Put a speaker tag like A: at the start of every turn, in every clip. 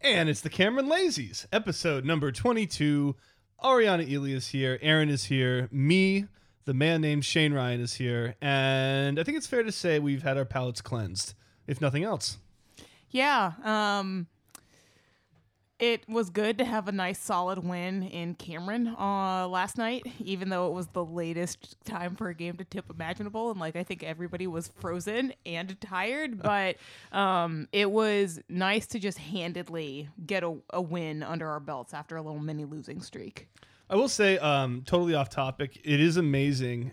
A: And it's the Cameron Lazies, episode number 22. Ariana Elias here, Aaron is here, me, the man named Shane Ryan is here, and I think it's fair to say we've had our palates cleansed, if nothing else.
B: Yeah. Um it was good to have a nice solid win in Cameron uh, last night, even though it was the latest time for a game to tip imaginable. And like, I think everybody was frozen and tired, but um, it was nice to just handedly get a, a win under our belts after a little mini losing streak.
A: I will say, um, totally off topic, it is amazing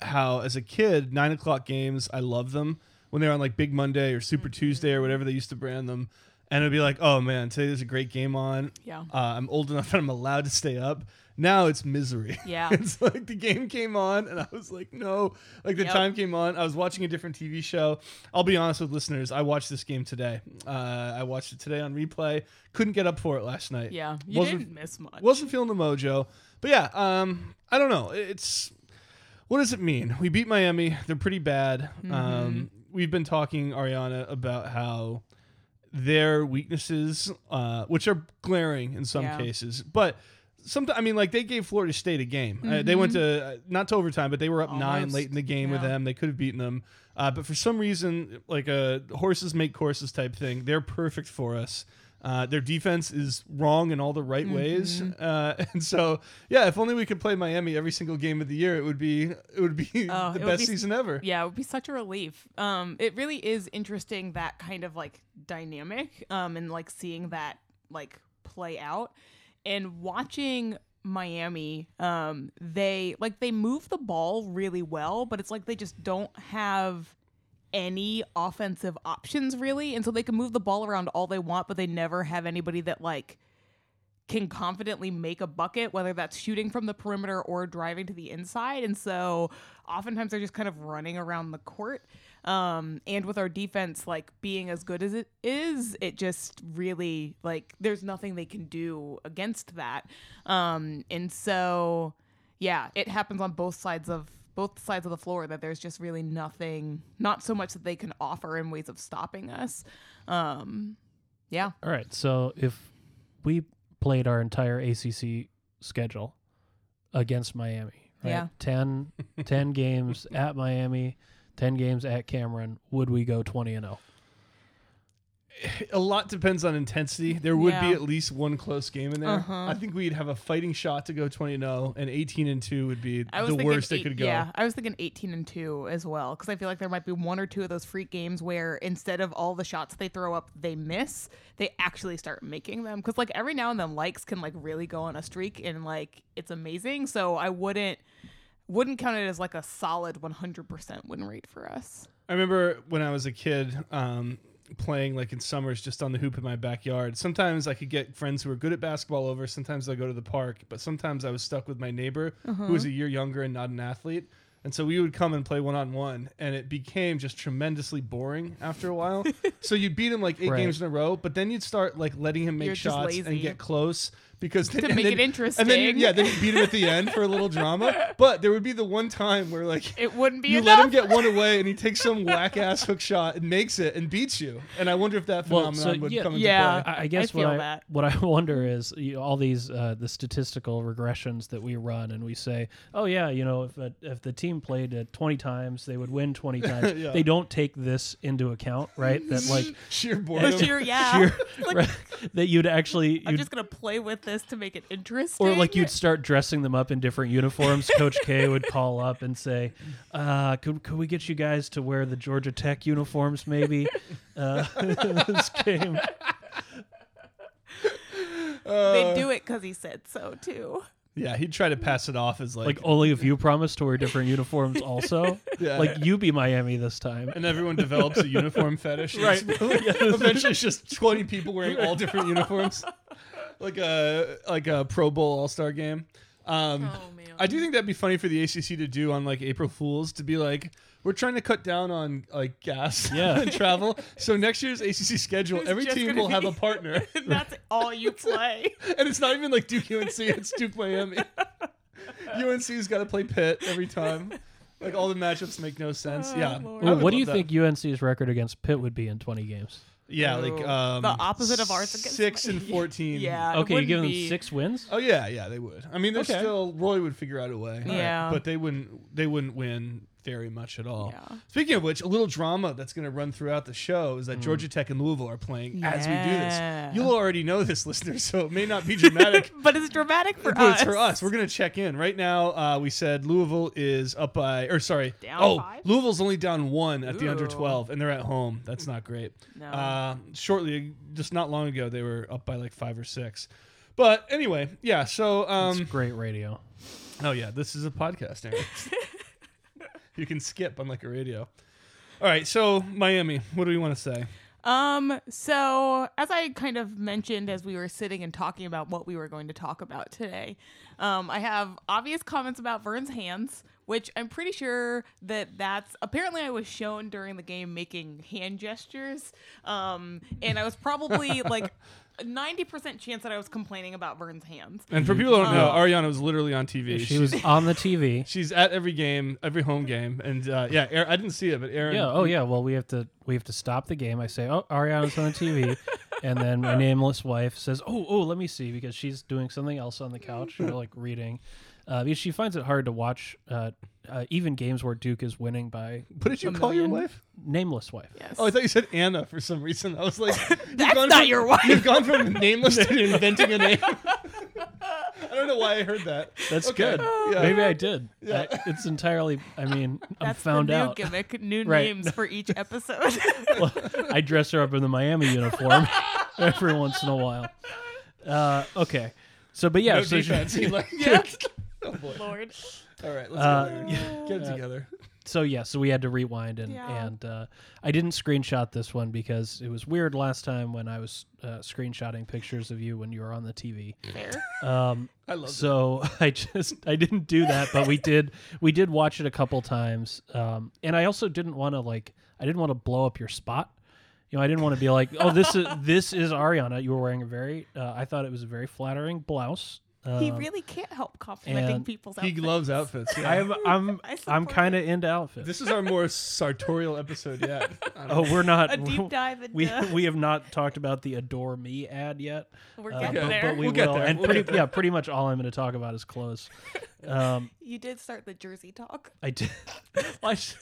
A: how, as a kid, nine o'clock games, I love them when they're on like Big Monday or Super
B: Mm-hmm.
A: Tuesday or whatever they used to brand them. And it'd be like, oh man, today there's a great game on.
B: Yeah.
A: Uh, I'm old enough that I'm allowed to stay up. Now it's misery.
B: Yeah.
A: it's like the game came on and I was like, no. Like the
B: Yep.
A: time came on, I was watching a different TV show. I'll be honest with listeners, I watched this game today. Uh, I watched it today on replay. Couldn't get up for it last night.
B: Yeah. You
A: Wasn't-
B: didn't miss much.
A: wasn't feeling the mojo. But yeah, um, I don't know. It's what does it mean? We beat Miami. They're pretty bad.
B: Mm-hmm.
A: Um, we've been talking Ariana about how their weaknesses, uh, which are glaring in some
B: Yeah.
A: cases, but. Sometimes I mean, like they gave Florida State a game. Uh, they went
B: Mm-hmm.
A: to uh, not to overtime, but they were up nine
B: Almost.
A: late in the game with
B: Yeah.
A: them. They could have beaten them, uh, but for some reason, like a horses make courses type thing, they're perfect for us. Uh, their defense is wrong in all the right
B: Mm-hmm.
A: ways, uh, and so yeah. If only we could play Miami every single game of the year, it would be it would be
B: Oh,
A: the
B: it would
A: best
B: be-
A: season ever.
B: Yeah, it would be such a relief. Um, it really is interesting that kind of like dynamic, um, and like seeing that like play out and watching Miami. Um, they like they move the ball really well, but it's like they just don't have any offensive options really, and so they can move the ball around all they want, but they never have anybody that like can confidently make a bucket, whether that's shooting from the perimeter or driving to the inside. And so oftentimes they're just kind of running around the court. Um, and with our defense like being as good as it is, it just really like there's nothing they can do against that. Um, and so yeah, it happens on both sides of both sides of the floor that there's just really nothing, not so much that they can offer in ways of stopping us. Um, yeah.
C: All right. So if we played our entire ACC schedule against Miami, right?
B: Yeah.
C: 10, 10 games at Miami, 10 games at Cameron, would we go 20 and oh? 0?
A: A lot depends on intensity. There would be
B: Yeah.
A: at least one close game in there.
B: Uh-huh.
A: I think we'd have a fighting shot to go twenty and zero, and eighteen and two would be
B: I was
A: the
B: thinking
A: worst
B: eight,
A: it could go.
B: Yeah, I was thinking 18 and 2 as well cuz I feel like there might be one or two of those freak games where instead of all the shots they throw up they miss, they actually start making them cuz like every now and then likes can like really go on a streak and like it's amazing. So I wouldn't wouldn't count it as like a solid 100% win rate for us.
A: I remember when I was a kid um, playing like in summers just on the hoop in my backyard. Sometimes I could get friends who were good at basketball over. Sometimes they'll go to the park, but sometimes I was stuck with my neighbor who
B: Uh-huh.
A: was a year younger and not an athlete. And so we would come and play one on one, and it became just tremendously boring after a while. so you'd beat him like eight
C: Right.
A: games in a row, but then you'd start like letting him make
B: You're just
A: shots and
B: lazy.
A: get close because then,
B: To
A: and
B: make
A: then-
B: it
A: And then you-
B: interesting.
A: yeah, then you beat him at the end for a little drama. But there would be the one time where like
B: It wouldn't be
A: you
B: enough.
A: let him get one away, and he takes some whack ass hook shot and makes it and beats you. And I wonder if that
C: Well,
A: phenomenon
C: so,
A: would
C: yeah-
A: come into
B: Yeah.
A: play.
C: I, I guess
B: feel
C: what, I,
B: that.
C: what I wonder is you know, all these uh, the statistical regressions that we run, and we say, oh yeah, you know, if a, if the team played uh, twenty times, they would win twenty times.
A: Yeah.
C: They don't take this into account, right? That like
A: Sheer boredom.
B: Sure, yeah.
C: you're-
B: Like,
C: right, that you'd actually
B: I'm
C: you'd
B: just going to play with this to make it interesting.
C: Or like you'd start dressing them up in different uniforms. Coach K would call up and say, uh, "Could could we get you guys to wear the Georgia Tech uniforms, maybe?" Uh, this game.
A: Uh.
B: they do it cuz he said so too.
A: yeah, he'd try to pass it off as like,
C: Like oh, only if you promise to wear different uniforms, also.
A: Yeah.
C: Like you be Miami this time.
A: and everyone develops a uniform fetish. Right. Eventually, it's just twenty people wearing all different uniforms, like a like a Pro Bowl All Star game. Um,
B: Oh, man.
A: I do think that'd be funny for the ACC to do on like April Fools to be like, we're trying to cut down on like gas
C: Yeah.
A: and travel. So next year's ACC schedule,
B: It's
A: every
B: just
A: team
B: gonna
A: will have
B: be-
A: a partner.
B: And that's all you play.
A: and it's not even like Duke UNC, it's Duke Miami. UNC's got to play Pitt every time. Like all the matchups make no sense.
B: Oh,
A: yeah.
B: Lord.
A: I
C: Ooh,
A: would
C: what do you
A: love that.
C: think UNC's record against Pitt would be in 20 games?
A: Yeah, like
C: Oh.
B: Ooh.
A: um,
B: The opposite of ours against
A: Six
B: my-
A: and fourteen.
B: Yeah. it
C: Okay, you
B: wouldn't
C: give them
B: be-
C: six wins.
A: Oh yeah, yeah, they would. I mean, they're
C: Okay.
A: still Roy would figure out a way.
B: Yeah.
A: but they wouldn't. They wouldn't win very much at all.
B: Yeah.
A: Speaking of which, a little drama that's going to run throughout the show
C: Hmm.
A: is that Georgia Tech and Louisville are playing as we do
B: Yeah.
A: this. You'll already know this, listener, so it may not be dramatic.
B: But it's dramatic for
A: But
B: us.
A: it's for us. We're gonna check in right now. Uh, we said Louisville is up by, or sorry,
B: Down
A: oh,
B: five?
A: Louisville's only down one at the under
B: Ooh.
A: twelve, and they're at home. That's not great.
B: No.
A: Uh, shortly, just not long ago, they were up by like five or six. But anyway, yeah. So,
C: It's
A: um,
C: great radio.
A: oh yeah, this is a podcast. Aaron. you can skip on like a radio. All right, so Miami, what do we want to say?
B: Um, so as I kind of mentioned as we were sitting and talking about what we were going to talk about today, um, I have obvious comments about Vern's hands, which I'm pretty sure that that's apparently I was shown during the game making hand gestures. Um, and I was probably like a 90% chance that I was complaining about Vern's hands.
A: And for people who don't know,
B: Uh,
A: Ariana was literally on TV.
C: Mm-hmm. She was on the TV.
A: She's at every game, every home game, and uh, yeah, Aaron, I didn't see it, but Aaron.
C: Yeah. Oh, yeah. Well, we have to we have to stop the game. I say, "Oh, Ariana's on the TV," and then my nameless wife says, "Oh, oh, let me see," because she's doing something else on the couch, you know, like reading. Uh, because she finds it hard to watch uh, uh, even games where Duke is winning by
A: What did you
B: A
A: call your
B: million.
A: wife?
C: nameless wife.
B: Yes.
A: Oh, I thought you said Anna for some reason. I was like, you've
B: That's
A: gone
B: not
A: from-
B: your wife.
A: You've gone from nameless to inventing a name. I don't know why I heard that.
C: That's
A: Okay.
C: good.
B: Oh.
A: Yeah.
C: Maybe I did. I, it's entirely. I mean, I'm
B: that's
C: found
B: the new
C: out.
B: gimmick, new
C: Right.
B: names for each episode.
C: Well, I dress her up in the Miami uniform every once in a while. Uh, okay. So, but yeah,
A: No
C: so she-
A: defense. He like,
B: yes,
A: oh boy.
B: Lord.
A: All right, let's
C: Uh,
A: go there. get it
C: Uh,
A: together.
C: so yeah, so we had to rewind and
B: Yeah.
C: and uh, I didn't screenshot this one because it was weird last time when I was uh, screenshotting pictures of you when you were on the TV.
B: Fair.
C: Um,
A: I love it.
C: so I just I didn't do that, but we did we did watch it a couple times, um, and I also didn't want to like I didn't want to blow up your spot. You know, I didn't want to be like, oh, this is this is Ariana. You were wearing a very uh, I thought it was a very flattering blouse. Um,
B: he really can't help complimenting
C: and
B: people's
A: He
B: outfits.
A: loves outfits. yeah.
C: I'm I'm
B: I
C: I'm
B: support
C: kind of into outfits.
A: this is our more sartorial episode yet. I don't
C: oh, we're not
B: a deep dive into.
C: we we have not talked about the adore me ad yet
B: we're
C: uh,
B: getting
A: but-
B: there.
C: but we
A: We'll get
C: will
A: there.
C: and
A: We'll
C: pretty
A: get there.
C: yeah pretty much all i'm going to talk about is clothes um
B: you did start the Jersey talk.
C: i did I, sh-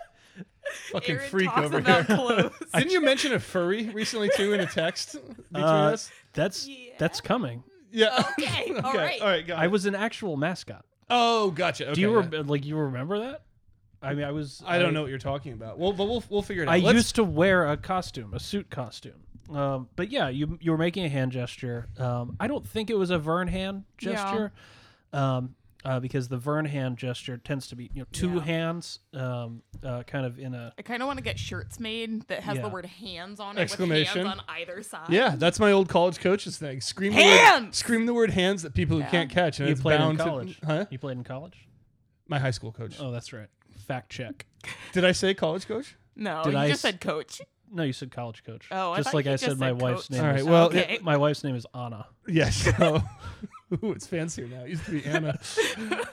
A: fucking
B: Aaron
A: freak
B: talks
A: over
B: about
A: here.
B: clothes.
A: Didn't you mention a furry recently too in a text between
C: Uh,
A: us?
C: that's
B: Yeah.
C: that's coming
A: Yeah.
B: okay, all right.
A: All right. Got
C: i
A: it.
C: was an actual mascot
A: Oh, gotcha. Okay,
C: do you
A: yeah.
C: rem like you remember that i mean i was
A: I don't know what you're talking about. Well, but we'll we'll figure it out.
C: i
A: Let's-
C: used to wear a costume a suit costume um, but yeah, you you were making a hand gesture. Um, I don't think it was a Vern hand
B: Yeah.
C: gesture, um, uh, because the Vern hand gesture tends to be you know two
B: Yeah.
C: hands, um, uh, kind of in a
B: I kind of want to get shirts made that has
C: Yeah.
B: the word hands on it
A: Exclamation.
B: with hands on either side.
A: Yeah, that's my old college coaches thing. Scream The word,
B: Hands!
A: scream the word hands that people who
B: Yeah.
A: can't catch. And
C: you
A: it's
C: played in
A: bound
C: college.
A: To, huh?
C: You played in college.
A: My high school coach.
C: Oh, that's right. Fact check.
A: Did I say college coach?
B: No,
C: Did
B: you
C: I
B: just
C: s-
B: said coach.
C: No, you said college coach.
B: Oh, I
C: just
B: thought
C: like
B: you
C: I
B: just
C: said, my
B: said
C: wife's
B: coach.
C: name.
A: All
C: is-
A: right, well,
B: Okay.
C: my wife's name is Anna.
A: Yes. Oh. Ooh, it's fancier now. It used to be Anna.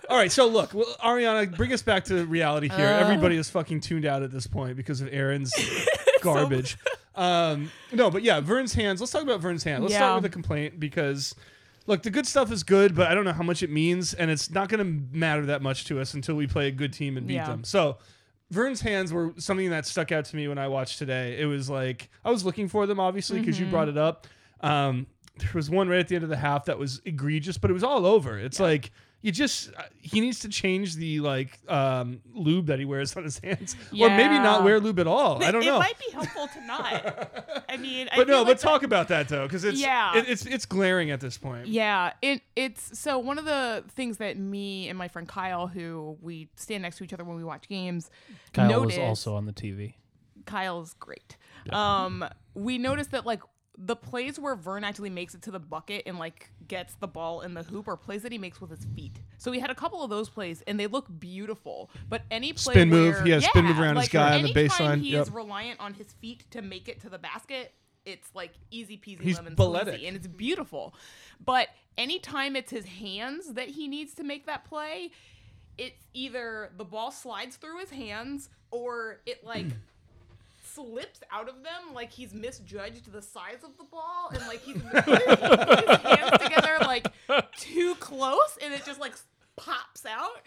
A: All right, so look, well, Ariana, bring us back to reality here.
B: Uh.
A: Everybody is fucking tuned out at this point because of Aaron's garbage. Um, no, but yeah, Vern's hands. Let's talk about Vern's hands. Let's
B: Yeah.
A: start with a complaint because, look, the good stuff is good, but I don't know how much it means, and it's not going to matter that much to us until we play a good team and beat
B: Yeah.
A: them. So. Vern's hands were something that stuck out to me when I watched today. It was like I was looking for them, obviously, because
B: Mm-hmm.
A: you brought it up. Um, there was one right at the end of the half that was egregious, but it was all over. It's like you just uh, he needs to change the like um, lube that he wears on his hands, or maybe not
B: Yeah.
A: wear lube at all. I don't
B: it
A: know.
B: might be helpful to not. I mean, I
A: but no,
B: feel
A: but
B: like
A: talk about that though, because it's
B: Yeah.
A: it, it's it's glaring at this point.
B: Yeah, it it's so one of the things that me and my friend Kyle, who we stand next to each other when we watch games,
C: Kyle
B: noticed.
C: was also on the TV.
B: Kyle's great. Um, we noticed that like the plays where Vern actually makes it to the bucket and like gets the ball in the hoop are plays that he makes with his feet. So we had a couple of those plays and they look beautiful. But any play
A: Spin move,
B: where,
A: he has spin move around his
B: like,
A: guy on the
B: anytime
A: baseline,
B: He is
A: yep.
B: reliant on his feet to make it to the basket. It's like easy peasy
A: He's
B: lemon
A: balletic.
B: squeezy, and it's beautiful. But anytime it's his hands that he needs to make that play, it's either the ball slides through his hands or it like slips out of them like he's misjudged the size of the ball and like he's put his hands together like too close and it just like pops out.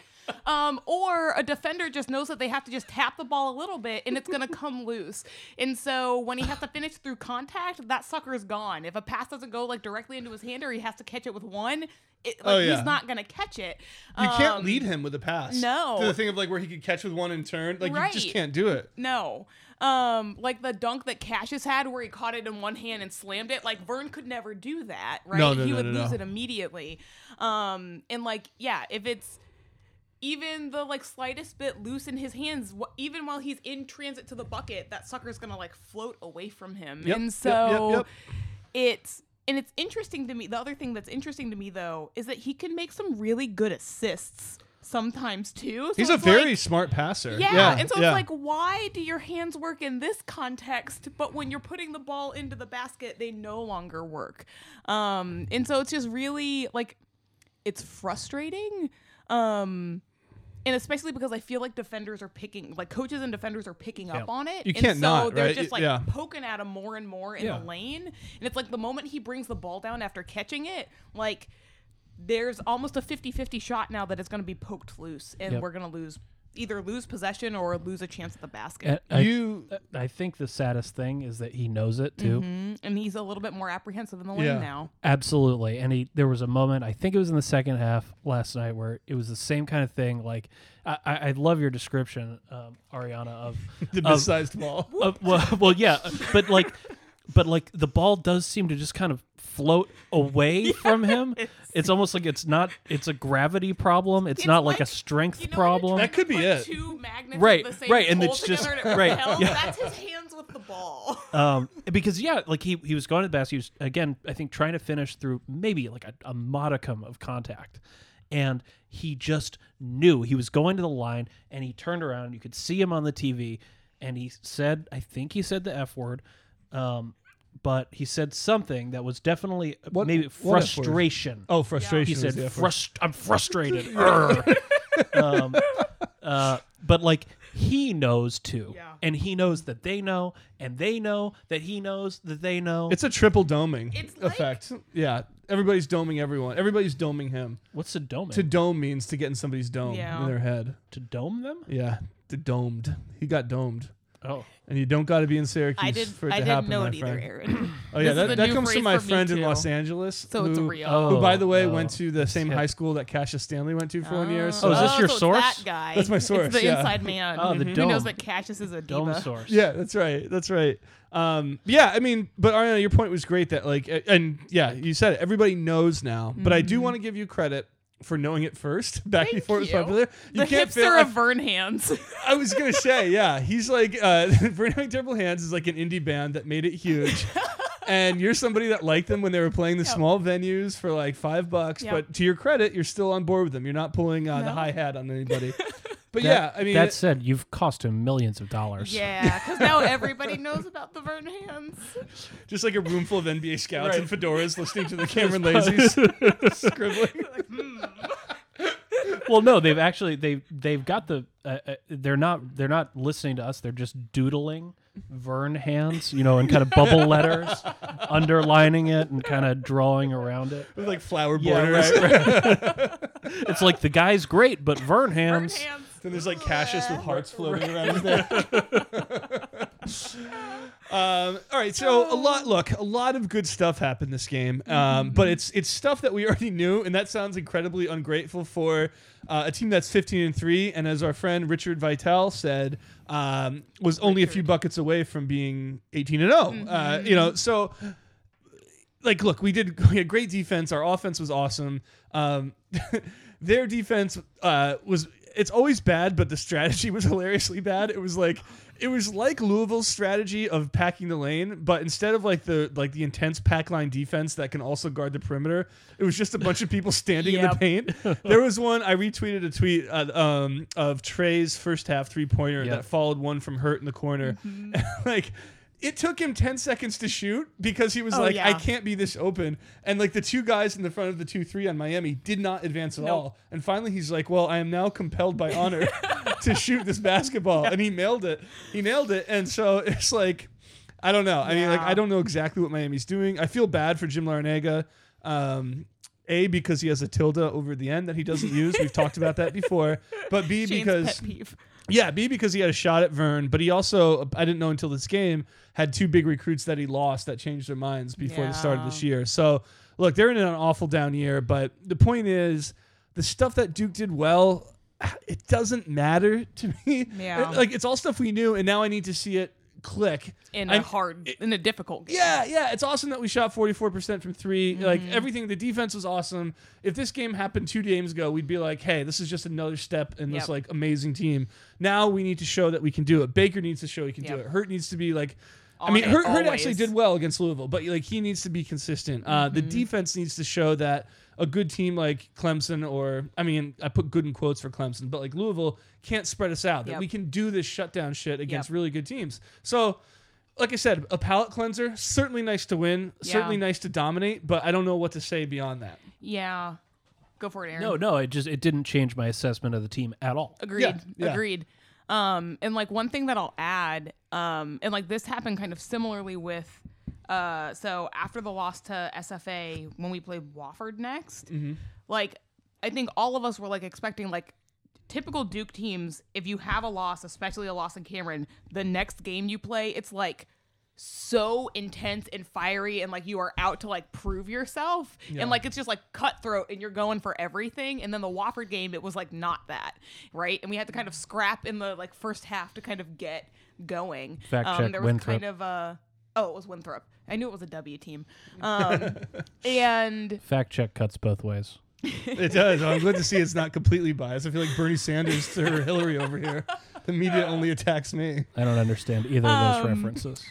B: Um, or a defender just knows that they have to just tap the ball a little bit and it's gonna come loose. And so when he has to finish through contact, that sucker is gone. If a pass doesn't go like directly into his hand or he has to catch it with one, it, like,
A: Oh, yeah.
B: he's not gonna catch it.
A: You can't
B: Um,
A: lead him with a pass.
B: no.
A: To the thing of like where he could catch with one and turn. Like you just
B: Right.
A: can't do it.
B: No. Um, like the dunk that Cassius had where he caught it in one hand and slammed it, like Vern could never do that, right?
A: No, no,
B: he
A: no,
B: would
A: no,
B: lose
A: no.
B: it immediately. Um, and like, yeah, if it's even the like slightest bit loose in his hands, wh- even while he's in transit to the bucket, that sucker's gonna like float away from him.
A: Yep,
B: and
A: yep,
B: so
A: yep, yep.
B: it's and it's interesting to me. The other thing that's interesting to me though is that he can make some really good assists sometimes too. So
A: He's a
B: it's, like-
A: very smart passer.
B: yeah.
A: yeah
B: And so
A: yeah.
B: it's like, why do your hands work in this context, but when you're putting the ball into the basket, they no longer work? Um, and so it's just really like, it's frustrating. Um, and especially because I feel like defenders are picking, like coaches and defenders are picking up
C: Yeah.
B: on it.
A: You
B: and
A: can't
B: so
A: not,
B: they're
A: right?
B: just like
A: Yeah.
B: poking at him more and more in
A: Yeah.
B: the lane. And it's like the moment he brings the ball down after catching it, like there's almost a 50-50 shot now that it's going to be poked loose and
C: Yep.
B: we're going to lose either lose possession or lose a chance at the basket.
C: And I,
A: you
C: I think the saddest thing is that he knows it too.
B: Mm, and he's a little bit more apprehensive in the lane
A: Yeah.
B: now.
C: Absolutely. And he, there was a moment, I think it was in the second half last night, where it was the same kind of thing. Like, I, I, I love your description, um, Ariana, of.
A: the
C: of-
A: missized ball.
C: of- well, well, yeah. But, like, but like the ball does seem to just kind of float away from him. It's almost like it's not, it's a gravity problem. It's,
B: It's
C: not like, a
B: like-
C: strength
B: You know when you're
C: problem.
B: trying
A: That could
B: to
A: be
B: put
A: it.
B: Two magnets of
C: Right,
B: the same
C: right, and
B: pole
C: it's just-
B: together to
C: right,
B: propel.
C: yeah.
B: That's his hands with the ball.
C: um, because yeah, like he he was going to the basket. He was again, I think trying to finish through maybe like a, a modicum of contact, and he just knew he was going to the line, and he turned around. And you could see him on the TV, and he said, I think he said the f word, um, but he said something that was definitely
A: What-
C: maybe
A: what F word?
C: frustration.
A: Oh, frustration.
C: he
A: is
C: said,
A: the F word.
C: Frust- "I'm frustrated." Urgh. um, uh, but like he knows too,
B: Yeah.
C: and he knows that they know, and they know that he knows that they know.
A: It's a triple doming
B: It's like-
A: effect. yeah. Everybody's doming everyone. Everybody's doming him.
C: What's a dome?
A: To
C: To,
A: dome means to get in somebody's dome
B: Yeah.
A: in their head.
C: dome them?
A: Yeah. To domed. He got domed.
C: Oh,
A: And you don't got to be in Syracuse
B: I did.
A: for it
B: I
A: to
B: didn't
A: happen,
B: know
A: my
B: it either,
A: friend.
B: Aaron.
A: Oh yeah,
B: This is a
A: that, that
B: new
A: comes from
B: phrase
A: my
B: for me,
A: friend in
B: too.
A: Los Angeles.
B: So it's
A: who-
B: real.
C: oh,
A: Who, by the way,
C: no.
A: went to the same
C: Yeah.
A: high school that Cassius Stanley went to for one year. So
C: Oh, is this your
B: so it's
C: source?
B: That guy.
A: That's my source,
B: It's the
A: yeah.
B: inside man.
C: Oh, the
B: who
C: dome.
B: knows that Cassius is a diva.
C: dome source.
A: Yeah, that's right. That's right. Um, yeah, I mean, but Ariana, your point was great that like, a- and yeah, you said it. Everybody knows now, but I do want to give you credit for knowing it first back
B: Mm-hmm. Thank
A: before it was
B: you.
A: popular. You
B: The
A: can't
B: hipster
A: fail. I-
B: of Vern hands.
A: I was gonna say, yeah, he's like uh, Burning Terrible Hands is like an indie band that made it huge. And you're somebody that liked them when they were playing the
B: Yep.
A: small venues for like five bucks.
B: Yep.
A: But to your credit, you're still on board with them. You're not pulling uh, the
B: No.
A: high hat on anybody. But
C: That-
A: yeah, I mean,
C: that said, you've cost him millions of dollars.
B: Yeah, because now everybody knows about the Vern hands.
A: just like a room full of NBA scouts
C: Right.
A: and fedoras listening to the Cameron Lazy's scribbling.
C: well, no, they've actually they they've got the uh, uh, they're not they're not listening to us. They're just doodling Vern hands, you know, in kind of bubble letters, underlining it and kind of drawing around it.
A: with like flower
C: Yeah,
A: borders.
C: It's like the guy's great, but
B: Vern
C: Vern hands.
B: hands.
A: Then there's like Cassius with hearts floating around his neck. um, all right, so a lot.
C: Oh.
A: Look, a lot of good stuff happened this game,
C: Mm-hmm.
A: um, but it's it's stuff that we already knew, and that sounds incredibly ungrateful for uh, a team that's 15 and three, and as our friend Richard Vital said, um, was only a few buckets away from being 18 and 0. Uh, you
C: Mm-hmm.
A: know, so like look we did we had great defense our offense was awesome um their defense uh was it's always bad but the strategy was hilariously bad it was like it was like louisville's strategy of packing the lane but instead of like the like the intense pack line defense that can also guard the perimeter it was just a bunch of people standing in the
B: Yep.
A: paint there was one i retweeted a tweet uh, um, of trey's first half three pointer
C: Yep.
B: Mm-hmm.
A: that followed one from hurt in the corner like it took him 10 seconds to shoot because he was
B: Oh,
A: like, I
B: yeah.
A: can't be this open. And like the two guys in the front of the 2 3 on Miami did not advance at
B: Nope.
A: all. And finally, he's like, Well, I am now compelled by honor to shoot this basketball. And he nailed it. He nailed it. And so it's like, I don't know. I mean, like,
B: Yeah.
A: I don't know exactly what Miami's doing. I feel bad for Jim Larinaga. Um, a, because he has a tilde over the end that he doesn't use. We've talked about that before. But B,
B: Shane's
A: because
B: pet peeve.
A: yeah, B because he had a shot at Vern, but he also I didn't know until this game had two big recruits that he lost that changed their minds before the start of this year. So look, they're in an awful down year, but the point is the stuff that Duke did well, it doesn't matter to me.
B: Yeah.
A: like it's all stuff we knew, and now I need to see it click
B: in
A: I'm-
B: a hard, in a difficult game.
A: yeah, yeah. It's awesome that we shot 44% from 3 Like
B: Mm-hmm.
A: everything, the defense was awesome. If this game happened two games ago, we'd be like, hey, this is just another step in this
B: Yep.
A: like amazing team. Now we need to show that we can do it. Baker needs to show he can do
B: Yep.
A: it. Hurt needs to be like, I
B: On
A: mean,
B: it,
A: Hurt, Hurt actually
B: always. Mm-hmm.
A: did well against Louisville, but like he needs to be consistent. Uh, the defense needs to show that a good team like Clemson or I mean, I put good in quotes for Clemson, but like Louisville can't spread us out. That
B: Yep.
A: we can do this shutdown shit against really good teams. So like I said, a palate cleanser. Certainly nice to win.
B: Yeah.
A: Certainly nice to dominate. But I don't know what to say beyond that.
B: Yeah. Go for it, Aaron.
C: No, no, it just it didn't change my assessment of the team at all.
B: Agreed.
A: yeah.
B: Agreed. Um, and like one thing that I'll add, um, and like this happened kind of similarly with, uh, so after the loss to SFA when we played Wofford next,
A: Mm-hmm.
B: like I think all of us were like expecting like typical Duke teams. If you have a loss, especially a loss in Cameron, the next game you play, it's like so intense and fiery and like you are out to like prove yourself and like it's just like cutthroat and you're going for everything and then the wofford game it was like not that right and we had to kind of scrap in the like first half to kind of get going Um,
C: Fact check,
B: there was
C: Winthrop.
B: kind of a oh it was winthrop i knew it was a w team um and
C: Fact check cuts both ways.
A: It does. I'm glad to see it's not completely biased. I feel like Bernie Sanders or Hillary over here. The media only attacks me.
C: I don't understand either
B: Um.
C: of those references.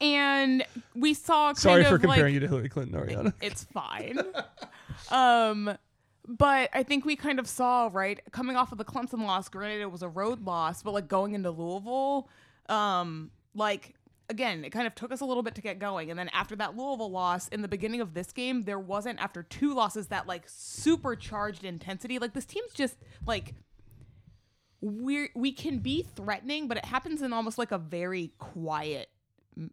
B: and we saw kind
A: Sorry
B: of
A: for comparing
B: like,
A: you to Hillary Clinton, Ariana.
B: it's fine. um, but I think we kind of saw right coming off of the Clemson loss. Granted, it was a road loss, but like going into Louisville, um, like again, it kind of took us a little bit to get going. And then after that Louisville loss, in the beginning of this game, there wasn't after two losses that like supercharged intensity. Like this team's just like we're we can be threatening, but it happens in almost like a very quiet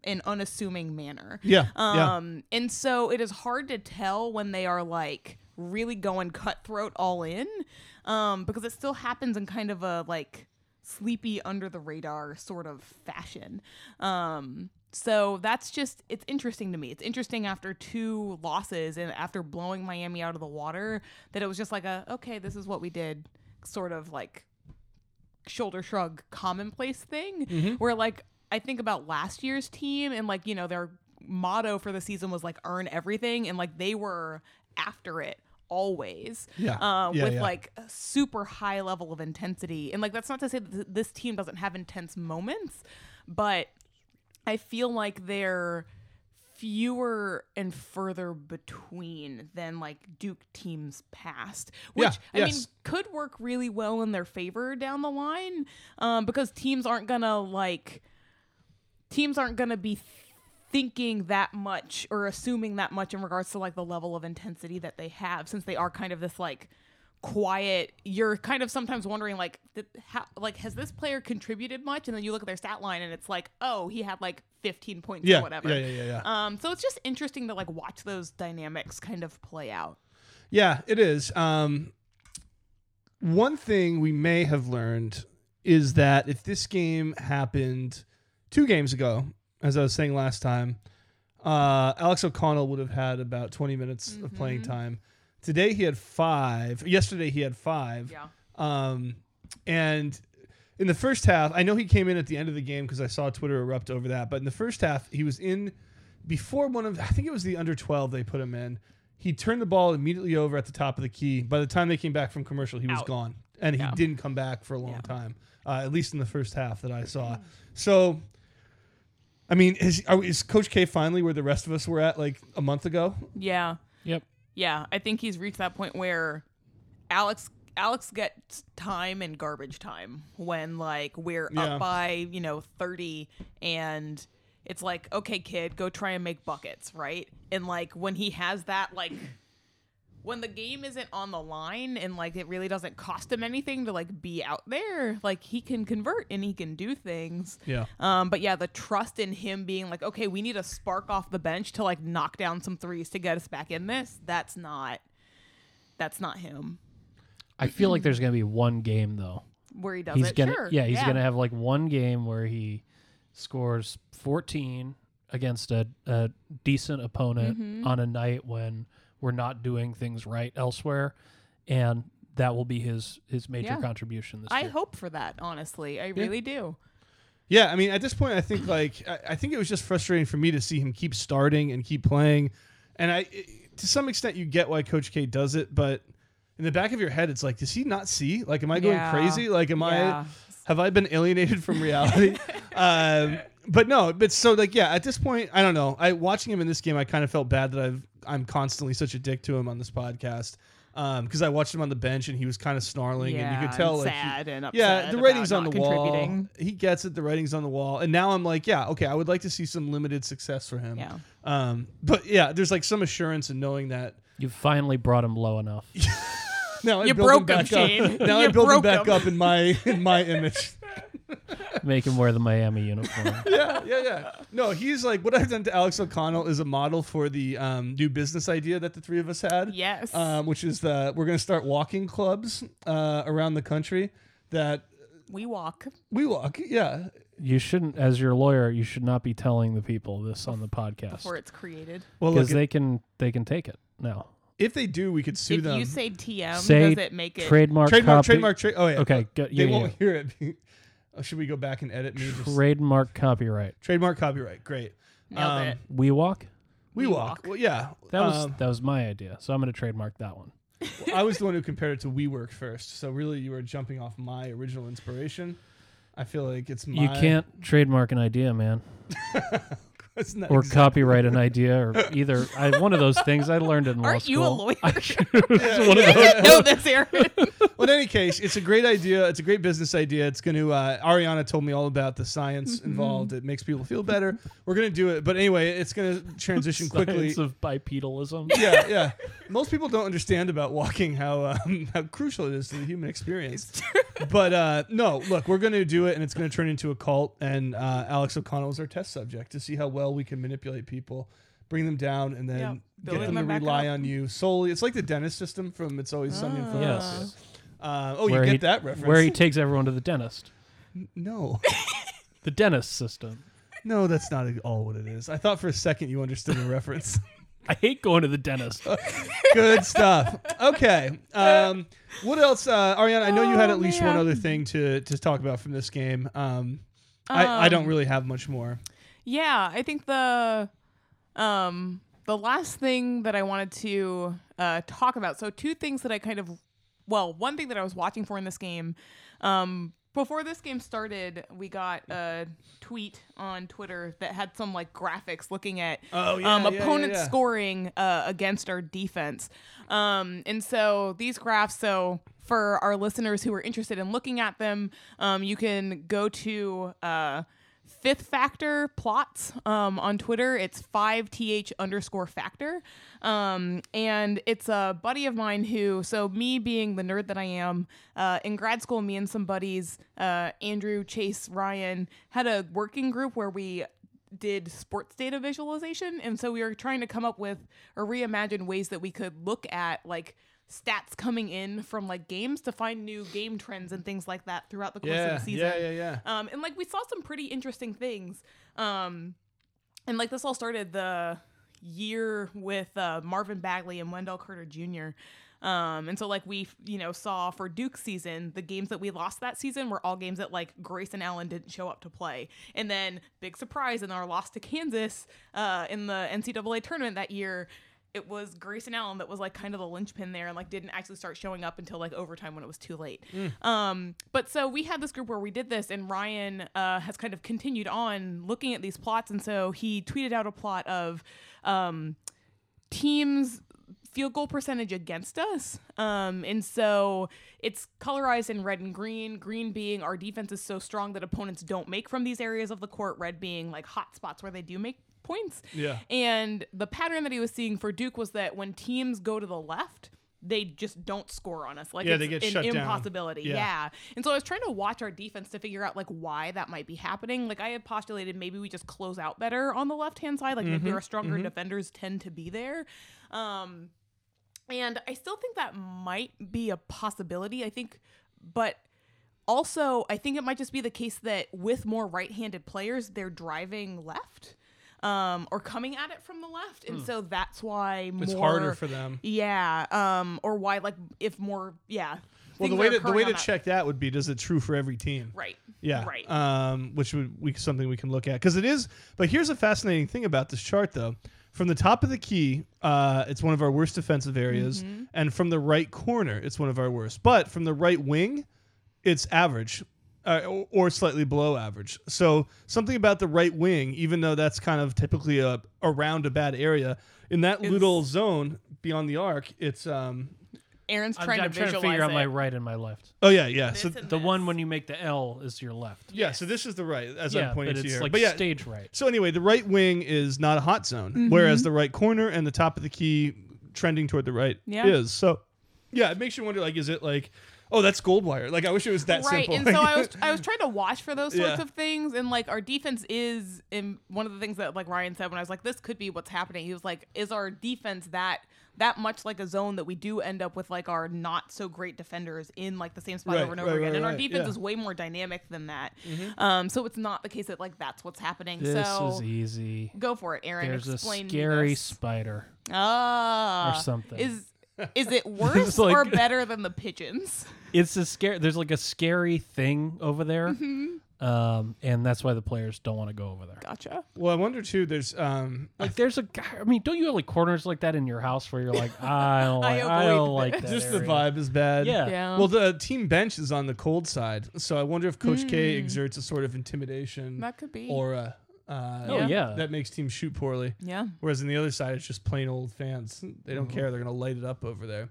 B: and unassuming manner.
A: Yeah, yeah.
B: Um and so it is hard to tell when they are like really going cutthroat all in um because it still happens in kind of a like sleepy under the radar sort of fashion. Um so that's just it's interesting to me. It's interesting after two losses and after blowing Miami out of the water that it was just like a okay, this is what we did sort of like shoulder shrug commonplace thing
A: Mm-hmm.
B: where like I think about last year's team and like you know their motto for the season was like earn everything and like they were after it always
A: Yeah.
B: uh,
A: Yeah,
B: with
A: yeah.
B: like a super high level of intensity and like that's not to say that th- this team doesn't have intense moments but I feel like they're fewer and further between than like Duke teams past, which
A: Yeah,
B: I mean
A: yes.
B: could work really well in their favor down the line um, because teams aren't gonna like teams aren't gonna be thinking that much or assuming that much in regards to like the level of intensity that they have since they are kind of this like quiet you're kind of sometimes wondering like th- how, like has this player contributed much and then you look at their stat line and it's like oh he had like 15 points
A: yeah,
B: or whatever
A: yeah, yeah, yeah, yeah.
B: um so it's just interesting to like watch those dynamics kind of play out
A: Yeah, it is. Um, one thing we may have learned is that if this game happened two games ago, as I was saying last time, uh, Alex O'Connell would have had about 20 minutes of playing time. Today he had five. Yesterday he had five.
B: yeah
A: Um, and in the first half, I know he came in at the end of the game because I saw Twitter erupt over that. But in the first half, he was in before one of I think it was the under twelve they put him in. He turned the ball immediately over at the top of the key. By the time they came back from commercial, he was
B: Out.
A: gone, and he
B: Yeah.
A: didn't come back for a long time, uh, at least in the first half that I saw. So. I mean, is, are, we- is Coach K finally where the rest of us were at like a month ago?
B: yeah
C: Yep.
B: Yeah, I think he's reached that point where Alex Alex gets time and garbage time when like we're
A: Yeah.
B: up by, you know, 30 and it's like, okay, kid, go try and make buckets, right? And like when he has that, like when the game isn't on the line and like it really doesn't cost him anything to like be out there, like he can convert and he can do things.
A: Yeah.
B: Um, but yeah, the trust in him being like, okay, we need a spark off the bench to like knock down some threes to get us back in this. That's not, that's not him.
C: I feel like there's gonna be one game though.
B: Where he does
C: he's
B: it,
C: gonna
B: sure,
C: yeah, he's gonna have like one game where he scores 14 against a, a decent opponent
B: Mm-hmm.
C: on a night when we're not doing things right elsewhere, and that will be his his major
B: Yeah.
C: contribution this
B: I
C: year.
B: hope for that. Honestly, I really do.
A: Yeah, I mean, at this point, I think like I, I think it was just frustrating for me to see him keep starting and keep playing, and I it- to some extent you get why Coach K does it, but in the back of your head, it's like, does he not see? Like, am I going
B: Yeah.
A: crazy? Like, am I
B: Yeah.
A: have I been alienated from reality? um, but no, but so like yeah, at this point, I don't know. I watching him in this game, I kind of felt bad that I've I'm constantly such a dick to him on this podcast. Because I watched him on the bench and he was kind of snarling, and you could tell like he-
B: sad and upset.
A: yeah, the
B: about
A: writing's on the
B: not
A: wall.
B: contributing.
A: He gets it. The writing's on the wall, and now I'm like, yeah, okay, I would like to see some limited success for him.
B: Yeah.
A: Um, but yeah, there's like some assurance in knowing that.
C: You've finally brought him low enough.
A: Now I
B: You
A: build
B: broke him,
A: him back
B: Shane.
A: up. Now
B: You
A: I build him
B: broke
A: back
B: him.
A: up in my in my image.
C: Make him wear the Miami uniform.
A: yeah, yeah, yeah. No, he's like what I've done to Alex O'Connell is a model for the um, new business idea that the three of us had.
B: Yes.
A: Um, which is that we're gonna start walking clubs uh, around the country that
B: we walk.
A: we walk. Yeah,
C: You shouldn't, as your lawyer, you should not be telling the people this on the podcast
B: Before it's created.
A: well, look,
C: because they can they can take it now.
A: if they do, we could sue
B: if
A: them.
B: you say TM,
C: Say
B: Um, does it make it?
C: trademark
A: trademark,
C: copy-
A: trademark, tra- oh yeah.
C: Okay, go, yeah,
A: they
C: yeah,
A: won't
C: yeah.
A: hear it. oh, should we go back and edit me? Just
C: trademark copyright.
A: trademark copyright. Great.
B: Nailed
A: Um,
B: it.
C: We walk.
A: We,
B: We
A: walk.
B: walk.
A: Well, yeah.
C: That was
A: Um,
C: that was my idea, so I'm gonna trademark that one.
A: I was the one who compared it to WeWork first. So really, you were jumping off my original inspiration. I feel like it's my.
C: You can't trademark an idea, man,
A: Isn't that
C: or
A: exact-
C: copyright an idea, or either I, one of those things. I learned in law
B: Aren't you
C: school.
B: a lawyer?
A: Yeah.
B: I didn't know this, Aaron.
A: well, in any case, it's a great idea. It's a great business idea. It's going to. Uh, Ariana told me all about the science
C: Mm-hmm.
A: involved. It makes people feel better. We're going to do it, but anyway, it's going to transition quickly.
C: Science of bipedalism.
A: yeah, yeah. Most people don't understand about walking how um, how crucial it is to the human experience. but uh, no, look, we're going to do it, and it's going to turn into a cult. And uh, Alex O'Connell is our test subject to see how well we can manipulate people, bring them down, and then
B: Yep.
A: get
B: Building
A: them to
B: them back
A: rely
B: up.
A: on you solely. It's like the dentist system from It's Always Sunny in
B: Ah.
A: Philadelphia.
C: Yes.
A: Uh, oh,
C: Where
A: you get
C: he-
A: that reference?
C: Where he takes everyone to the dentist.
A: no,
C: The dentist system.
A: no, that's not at all what it is. I thought for a second you understood the reference.
C: I hate going to the dentist.
A: Good stuff. Okay. Um, what else, uh, Ariana? I know you had
B: Oh,
A: at least one
B: man.
A: other thing to to talk about from this game. Um, I, I don't
B: Um,
A: really have much more.
B: Yeah, I think the um the last thing that I wanted to uh talk about. So two things that I kind of well, one thing that I was watching for in this game um before this game started, we got a tweet on Twitter that had some like graphics looking at
A: Oh, yeah,
B: um,
A: yeah, yeah,
B: opponents
A: yeah.
B: scoring uh, against our defense. Um, and so these graphs, so for our listeners who are interested in looking at them, um, you can go to uh, Fifth Factor Plots um, on Twitter. It's 5th underscore factor. Um, and it's a buddy of mine who, so me being the nerd that I am, uh, in grad school, me and some buddies, uh, Andrew, Chase, Ryan, had a working group where we did sports data visualization and so we were trying to come up with or reimagine ways that we could look at like stats coming in from like games to find new game trends and things like that throughout the course of the season
A: yeah.
B: um, and like we saw some pretty interesting things. Um, and like this all started the year with uh, Marvin Bagley and Wendell Carter Jr. Um, and so like we you know saw for Duke season the games that we lost that season were all games that like Grace and Allen didn't show up to play. And then big surprise in our loss to Kansas uh, in the NCAA tournament that year. It was Grace and Allen that was like kind of the linchpin there, and like didn't actually start showing up until like overtime when it was too late. Um, but so we had this group where we did this, and Ryan uh, has kind of continued on looking at these plots. And so he tweeted out a plot of um, teams field goal percentage against us. Um, and so it's colorized in red and green. Green being our defense is so strong that opponents don't make from these areas of the court, red being like hot spots where they do make points.
A: Yeah.
B: And the pattern that he was seeing for Duke was that when teams go to the left, they just don't score on us. Like
A: Yeah,
B: it's
A: they get
B: an
A: shut down.
B: impossibility.
A: Yeah.
B: yeah. And so I was trying to watch our defense to figure out like why that might be happening. Like I had postulated maybe we just close out better on the left hand side. Like
A: Mm-hmm.
B: maybe our stronger defenders tend to be there. Um and I still think that might be a possibility. I think but also, I think it might just be the case that with more right-handed players, they're driving left um, or coming at it from the left, and so that's why more,
A: Hmm. It's harder for them.
B: yeah, um, or why like if more yeah.
A: Well, the
B: things
A: way
B: are
A: to, the way
B: occurring
A: to
B: on that-
A: check that would be does it true for every team?
B: right
A: Yeah.
B: right
A: Um, which would we something we can look at because it is. But here's a fascinating thing about this chart, though. From the top of the key, uh, it's one of our worst defensive areas,
C: Mm-hmm.
A: and from the right corner, it's one of our worst. But from the right wing, it's average. Uh, or- or slightly below average. So something about the right wing, even though that's kind of typically a around a bad area, in that little zone beyond the arc, it's um
B: Aaron's
C: I'm,
B: trying
C: I'm
B: to
C: trying to
B: visualize
C: figure out
B: it.
C: my right and my left.
A: oh yeah yeah. so
B: This and
C: The
B: this.
C: one when you make the L is your left.
A: yeah, so this is the right as
C: yeah,
A: I'm pointing
C: but
A: to
C: it's
A: here.
C: like
A: but yeah,
C: stage right.
A: So anyway, the right wing is not a hot zone,
B: Mm-hmm.
A: whereas the right corner and the top of the key trending toward the right
B: Yeah.
A: is. So yeah, it makes you wonder like is it like oh that's gold wire. Like I wish it was that
B: right
A: simple.
B: and so i was i was trying to watch for those sorts
A: Yeah.
B: of things and like our defense is in one of the things that like ryan said when i was like this could be what's happening he was like is our defense that that much like a zone that we do end up with like our not so great defenders in like the same spot
A: Right,
B: over and over
A: right,
B: again
A: right,
B: and our
A: right,
B: defense
A: yeah. Mm-hmm.
B: is way more dynamic than that um so it's not the case that like that's what's happening
C: This
B: so
C: is easy.
B: go for it aaron
C: There's a
B: explain me
C: scary
B: this.
C: spider.
B: ah
C: something.
B: is is it worse
C: like-
B: or better than the pigeons
C: It's a scare. There's like a scary thing over there,
A: Mm-hmm.
C: um, and that's why the players don't want to go over there.
B: gotcha
A: well, I wonder too. There's um
C: Like there's a guy. I mean, don't you have like corners like that in your house where you're like, I don't
B: I
C: like, I, don't
B: avoid
C: like that.
A: just the
C: area."
A: vibe is bad.
C: Yeah.
B: yeah
A: Uh, Well, the team bench is on the cold side, so I wonder if Coach K exerts a sort of intimidation
B: Mm. that could be
A: or a. Uh,
C: Oh yeah.
B: Yeah.
A: That makes teams shoot poorly.
B: yeah
A: Whereas on the other side, it's just plain old fans. They
B: Mm-hmm.
A: don't care. They're going to light it up over there.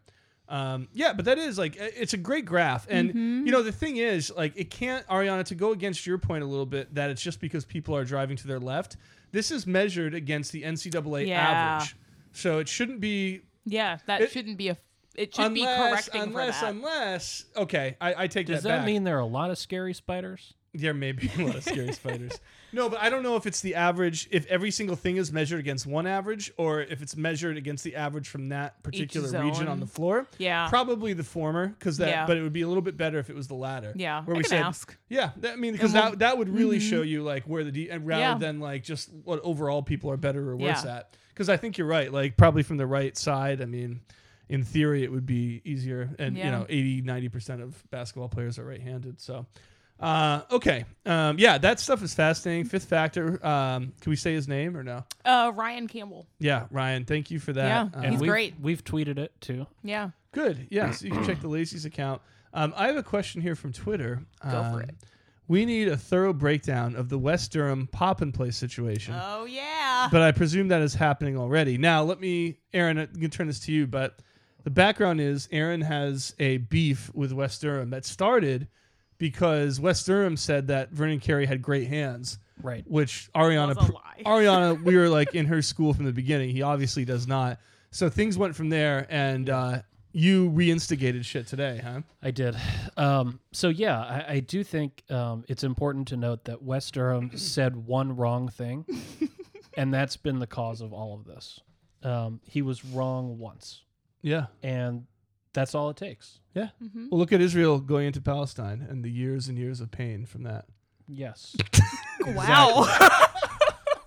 A: Um, yeah, but that is like i- it's a great graph, and
B: Mm-hmm.
A: you know the thing is like it can't Ariana to go against your point a little bit that it's just because people are driving to their left. This is measured against the NCAA
B: Yeah.
A: average, so it shouldn't be
B: Yeah, that
A: It-
B: shouldn't be a. It should be
A: unless
B: correcting
A: unless
B: for that.
A: unless okay. I, I take
C: Does
A: that back.
C: that mean there are a lot of scary spiders?
A: There may be a lot of scary spiders. No, but I don't know if it's the average, if every single thing is measured against one average, or if it's measured against the average from that particular region on
B: zone.
A: the floor.
B: yeah,
A: Probably the former, because that.
B: Yeah.
A: But it would be a little bit better if it was the latter.
B: yeah.
A: where
B: I
A: we
B: can
A: said,
B: ask.
A: yeah, that, I mean, because
B: we'll- Mm-hmm.
A: that that would really show you like where the de- and rather
B: Yeah.
A: than like just what overall people are better or worse
B: Yeah.
A: at. Because I think you're right. Like probably from the right side. I mean. In theory, it would be easier, and you
B: Yeah.
A: know, 80, 90 percent of basketball players are right-handed. So, uh, okay, um, yeah, that stuff is fascinating. Fifth factor, um, can we say his name or no?
B: Uh, Ryan Campbell.
A: Yeah, Ryan, thank you for that.
B: Yeah,
A: Um,
B: he's
C: we've,
B: great.
C: We've tweeted it too.
B: Yeah,
A: Good. Yeah. So you can check the Lacey's account. Um, I have a question here from Twitter.
B: Go for
A: Um,
B: it.
A: We need a thorough breakdown of the West Durham pop and play situation.
B: Oh yeah.
A: but I presume that is happening already. Now, let me, Aaron, I'm going to turn this to you, but the background is Aaron has a beef with West Durham that started because West Durham said that Vernon Carey had great hands,
C: Right.
A: which Ariana,
B: Was a lie.
A: Ariana, we were like in her school from the beginning. He obviously does not. So things went from there, and uh, you reinstigated shit today, huh?
C: I did. Um, so yeah, I, I do think um, it's important to note that West Durham said one wrong thing, and that's been the cause of all of this. Um, he was wrong once,
A: Yeah.
C: and that's all it takes.
A: Yeah.
B: Hmm?
A: Well, look at Israel going into Palestine and the years and years of pain from that.
C: Yes,
B: wow.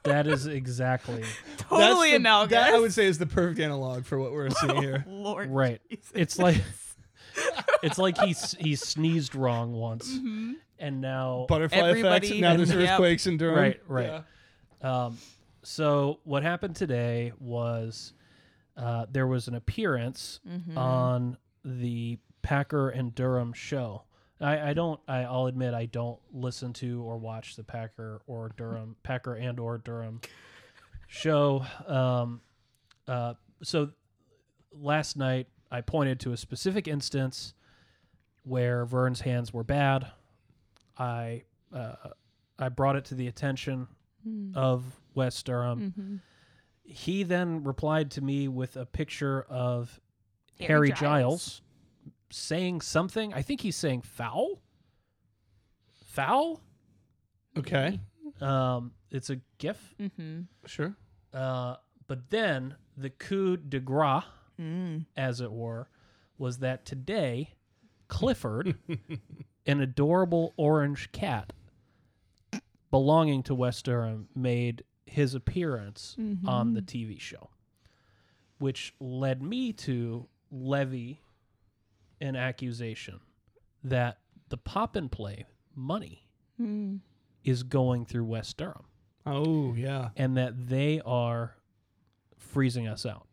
C: that is exactly
A: That's
B: totally
A: the-
B: analogous.
A: That I would say is the perfect analog for what we're seeing here.
B: Lord.
C: right. It's like it's like he s- he sneezed wrong once,
B: Mm-hmm.
C: and now
A: Butterfly effects.
B: Everybody-
A: And now there's
B: Yep.
A: earthquakes in Durham.
C: Right, right.
A: Yeah.
C: Um, so what happened today was uh, there was an appearance on the Packer and Durham show. I, I don't. I, I'll admit I don't listen to or watch the Packer or Durham Packer and or Durham show. Um, uh, so last night I pointed to a specific instance where Vern's hands were bad. I uh, I brought it to the attention of West Durham.
B: Hmm. Mm-hmm.
C: He then replied to me with a picture of
B: Harry
C: Harry
B: Giles.
C: Giles. saying something. I think he's saying foul. Foul.
A: Okay.
C: Um, it's a GIF.
B: Mm-hmm.
A: Sure.
C: Uh, but then the coup de grace,
B: Mm.
C: as it were, was that today Clifford, an adorable orange cat belonging to West Durham, made his appearance
B: Mm-hmm.
C: on the TV show, which led me to levy an accusation that the pop and play money
B: Mm.
C: is going through West Durham
A: Oh yeah.
C: and that they are freezing us out.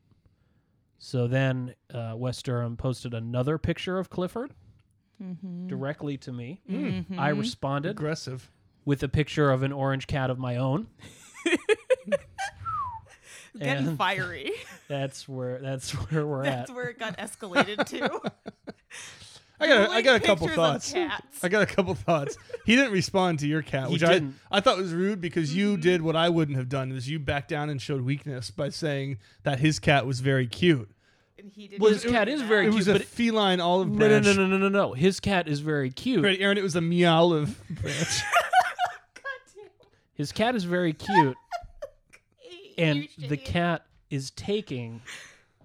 C: So then uh, West Durham posted another picture of Clifford
B: Mm-hmm.
C: directly to me.
A: Hmm.
C: I responded
A: Aggressive.
C: with a picture of an orange cat of my own.
B: Getting
C: And-
B: fiery.
C: That's where that's where we're
B: That's
C: at.
B: where it got escalated to.
A: I got. A, I
B: Like
A: got a couple
B: pictures of
A: thoughts.
B: cats.
A: I got a couple thoughts. He didn't respond to your cat,
C: He
A: which
C: didn't. Mm-hmm.
A: I I thought was rude because you did what I wouldn't have done is you backed down and showed weakness by saying that his cat was very cute.
B: And he didn't
C: Well,
B: do
C: his cat is
B: that.
C: very
A: It was
C: cute,
A: a
C: but it-
A: feline olive
C: No, no,
A: branch.
C: no, no, no, no, no. His cat is very cute.
A: Right, Aaron, it was a meow olive branch.
C: His cat is very cute, and
B: You
C: the
B: should-
C: cat is taking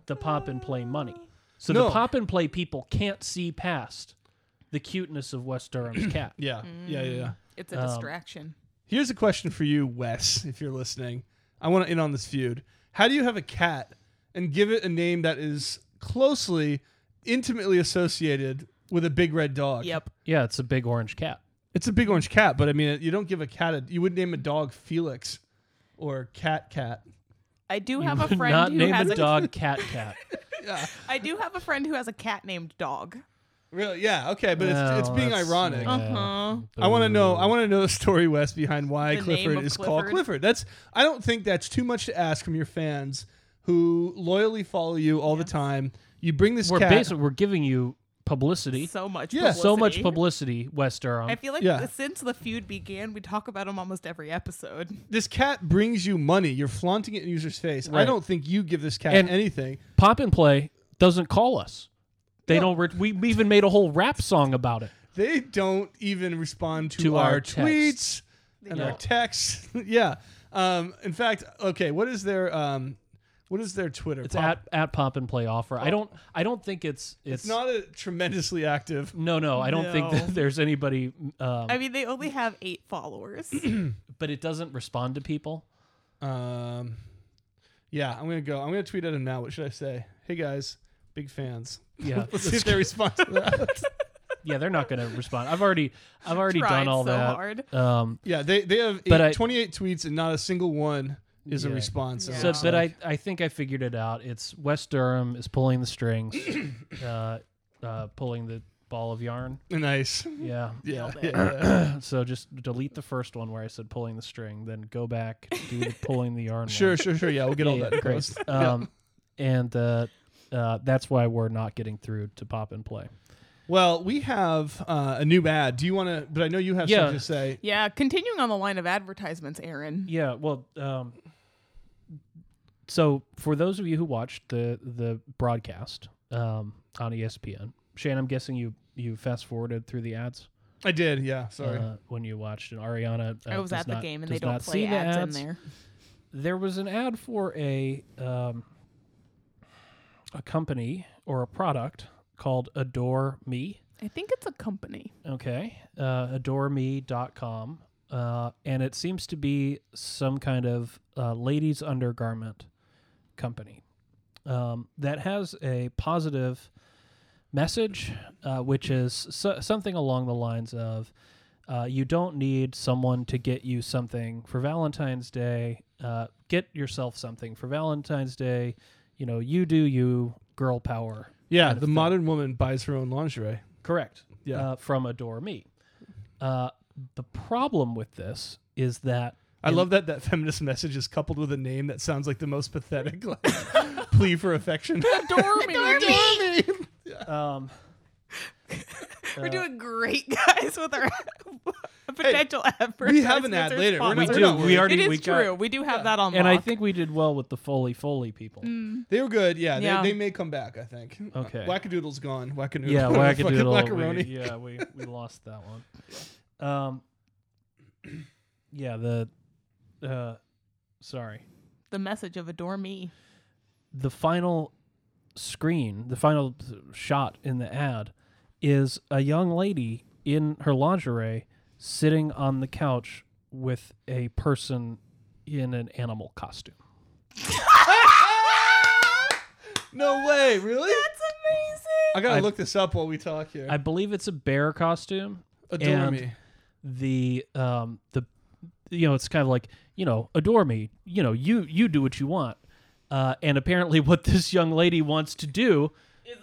C: the pop and play money. So
A: No.
C: the pop and play people can't see past the cuteness of West Durham's cat.
A: yeah, yeah, yeah,
C: Mm.
A: yeah.
B: It's
C: um,
B: a distraction.
A: Here's a question for you, Wes, if you're listening. I want to in on this feud. How do you have a cat and give it a name that is closely, intimately associated with a big red dog?
B: Yep.
C: Yeah, it's a big orange cat.
A: It's a big orange cat, but I mean, you don't give a cat a. You would name a dog Felix or Cat Cat.
B: I do have
C: You
B: a
C: would
B: friend
C: not
B: who
C: name
B: has
C: a
B: a
C: dog cat cat.
B: I do have a friend who has a cat named Dog.
A: Really? Yeah. Okay, but it's, it's
C: Well,
A: being
C: that's-
A: ironic.
C: yeah.
B: Uh-huh.
A: I want to know. I want to know the story, Wes, behind why
B: The name
A: Clifford
B: of
A: is called
B: Clifford.
A: Clifford. That's. I don't think that's too much to ask from your fans who loyally follow you all the time. You bring this
C: We're
A: cat.
C: basically we're giving you publicity,
B: So much.
A: Yeah.
C: so much publicity, West Durham.
B: I feel like
A: Yeah.
B: since the feud began, we talk about him almost every episode.
A: this cat brings you money. You're flaunting it in users' face. I
C: Right.
A: don't think you give this cat
C: And-
A: anything.
C: Pop and play doesn't call us. They don't. Re- we we even made a whole rap song about it.
A: They don't even respond to,
C: To
A: our,
C: our text.
A: tweets and our
C: don't.
A: texts. yeah. Um, in fact, okay. What is their um, what is their Twitter?
C: It's
A: Pop-
C: at at pop and play offer. I don't. I don't think it's it's,
A: It's not a tremendously active.
C: No, no, I don't think
B: No.
C: that there's anybody. Um,
B: I mean, they only have eight followers.
C: but it doesn't respond to people.
A: Um, yeah, I'm gonna go. I'm gonna tweet at him now. What should I say? Hey guys, big fans.
C: Yeah,
A: Let's see if they respond to that.
C: yeah, they're not going to respond. I've already, I've already
B: Tried
C: done all
B: so
C: that.
B: hard.
C: Um,
A: yeah, they they have
C: But
A: eight-
C: I-
A: 28 tweets and not a single one is a
C: Yeah.
A: response. it
B: Yeah.
C: So,
A: looks
C: but
A: like.
C: I, I think I figured it out. It's West Durham is pulling the strings, uh, uh, pulling the ball of yarn.
A: nice.
C: Yeah.
A: Yeah,
B: Nailed
A: yeah,
B: it.
A: yeah.
C: So just delete the first one where I said pulling the string, then go back do the pulling the yarn.
A: sure,
C: one.
A: sure, sure. Yeah, we'll get all
C: Yeah,
A: that. in
C: great.
A: post.
C: Um, and uh, uh, that's why we're not getting through to pop and play.
A: Well, we have uh, a new ad. Do you want to? But I know you have
C: Yeah.
A: something to say.
B: yeah. Continuing on the line of advertisements, Aaron.
C: Yeah, well, um, so for those of you who watched the the broadcast um, on ESPN, Shane, I'm guessing you you fast forwarded through the ads
A: I did. Yeah, sorry.
C: uh, when you watched, and Ariana uh,
B: I was
C: does
B: at the
C: not-
B: game and
C: does
B: they don't
C: not
B: play
C: see the
B: ads,
C: ads.
B: in there.
C: There was an ad for a um, a company or a product called Adore Me.
B: I think it's a company.
C: Okay. Uh, adoreme.com. Uh, and it seems to be some kind of uh, ladies' undergarment company um, that has a positive message, uh, which is so- something along the lines of uh, you don't need someone to get you something for Valentine's Day. Uh, get yourself something for Valentine's Day. You know, you do you, girl power.
A: yeah,
C: kind of
A: the
C: thing.
A: modern woman buys her own lingerie.
C: Correct.
A: Yeah.
C: Uh, from Adore Me. Uh, the problem with this is that
A: I love that that feminist message is coupled with a name that sounds like the most pathetic like, plea for affection.
B: Dormy.
C: Um, uh,
B: We're doing great, guys, with our potential effort.
A: we have an ad later. We're
C: we
A: not-
C: do.
A: worried.
C: We already
B: It is
C: we got-
B: true. we do have that on
C: and I
B: lock.
C: think we did well with the Foley Foley people.
B: Mm.
A: they were good. Yeah,
B: Yeah.
A: They, they may come back. I think. Uh,
C: Okay.
A: Wackadoodle's gone. Wackadoodle.
C: Yeah,
A: Fucking
C: wackadoodle.
A: Wackaroni.
C: We, yeah, we, we lost that one. Um, yeah, the uh, sorry,
B: the message of adore me.
C: the final screen, the final shot in the ad is a young lady in her lingerie sitting on the couch with a person in an animal costume.
A: No way. Really?
B: That's amazing.
A: I gotta
C: I-
A: look this up while we talk here.
C: I believe it's a bear costume.
A: Adore
C: and-
A: me.
C: the um the you know it's kind of like you know adore me you know you you do what you want uh and apparently what this young lady wants to do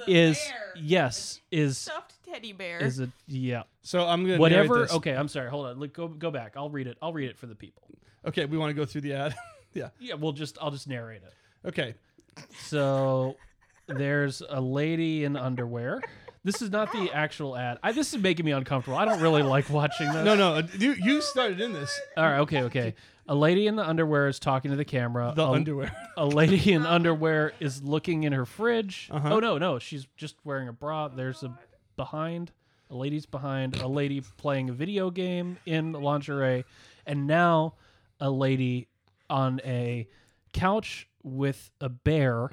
C: is yes is
B: stuffed teddy bear.
C: is a yeah
A: So I'm gonna narrate
C: whatever
A: this.
C: okay i'm sorry hold on Look, go go back i'll read it i'll read it for the people
A: Okay, we want to go through the ad. yeah.
C: yeah we'll just i'll just narrate it
A: Okay.
C: so there's a lady in underwear this is not the actual ad I, this is making me uncomfortable i don't really like watching this
A: No, no. You you started in this.
C: all right okay okay a lady in the underwear is talking to the camera
A: The
C: A-
A: underwear.
C: a lady in underwear is looking in her fridge. Oh no, no, she's just wearing a bra. There's a behind, a lady's behind, a lady playing a video game in lingerie, and now a lady on a couch with a bear.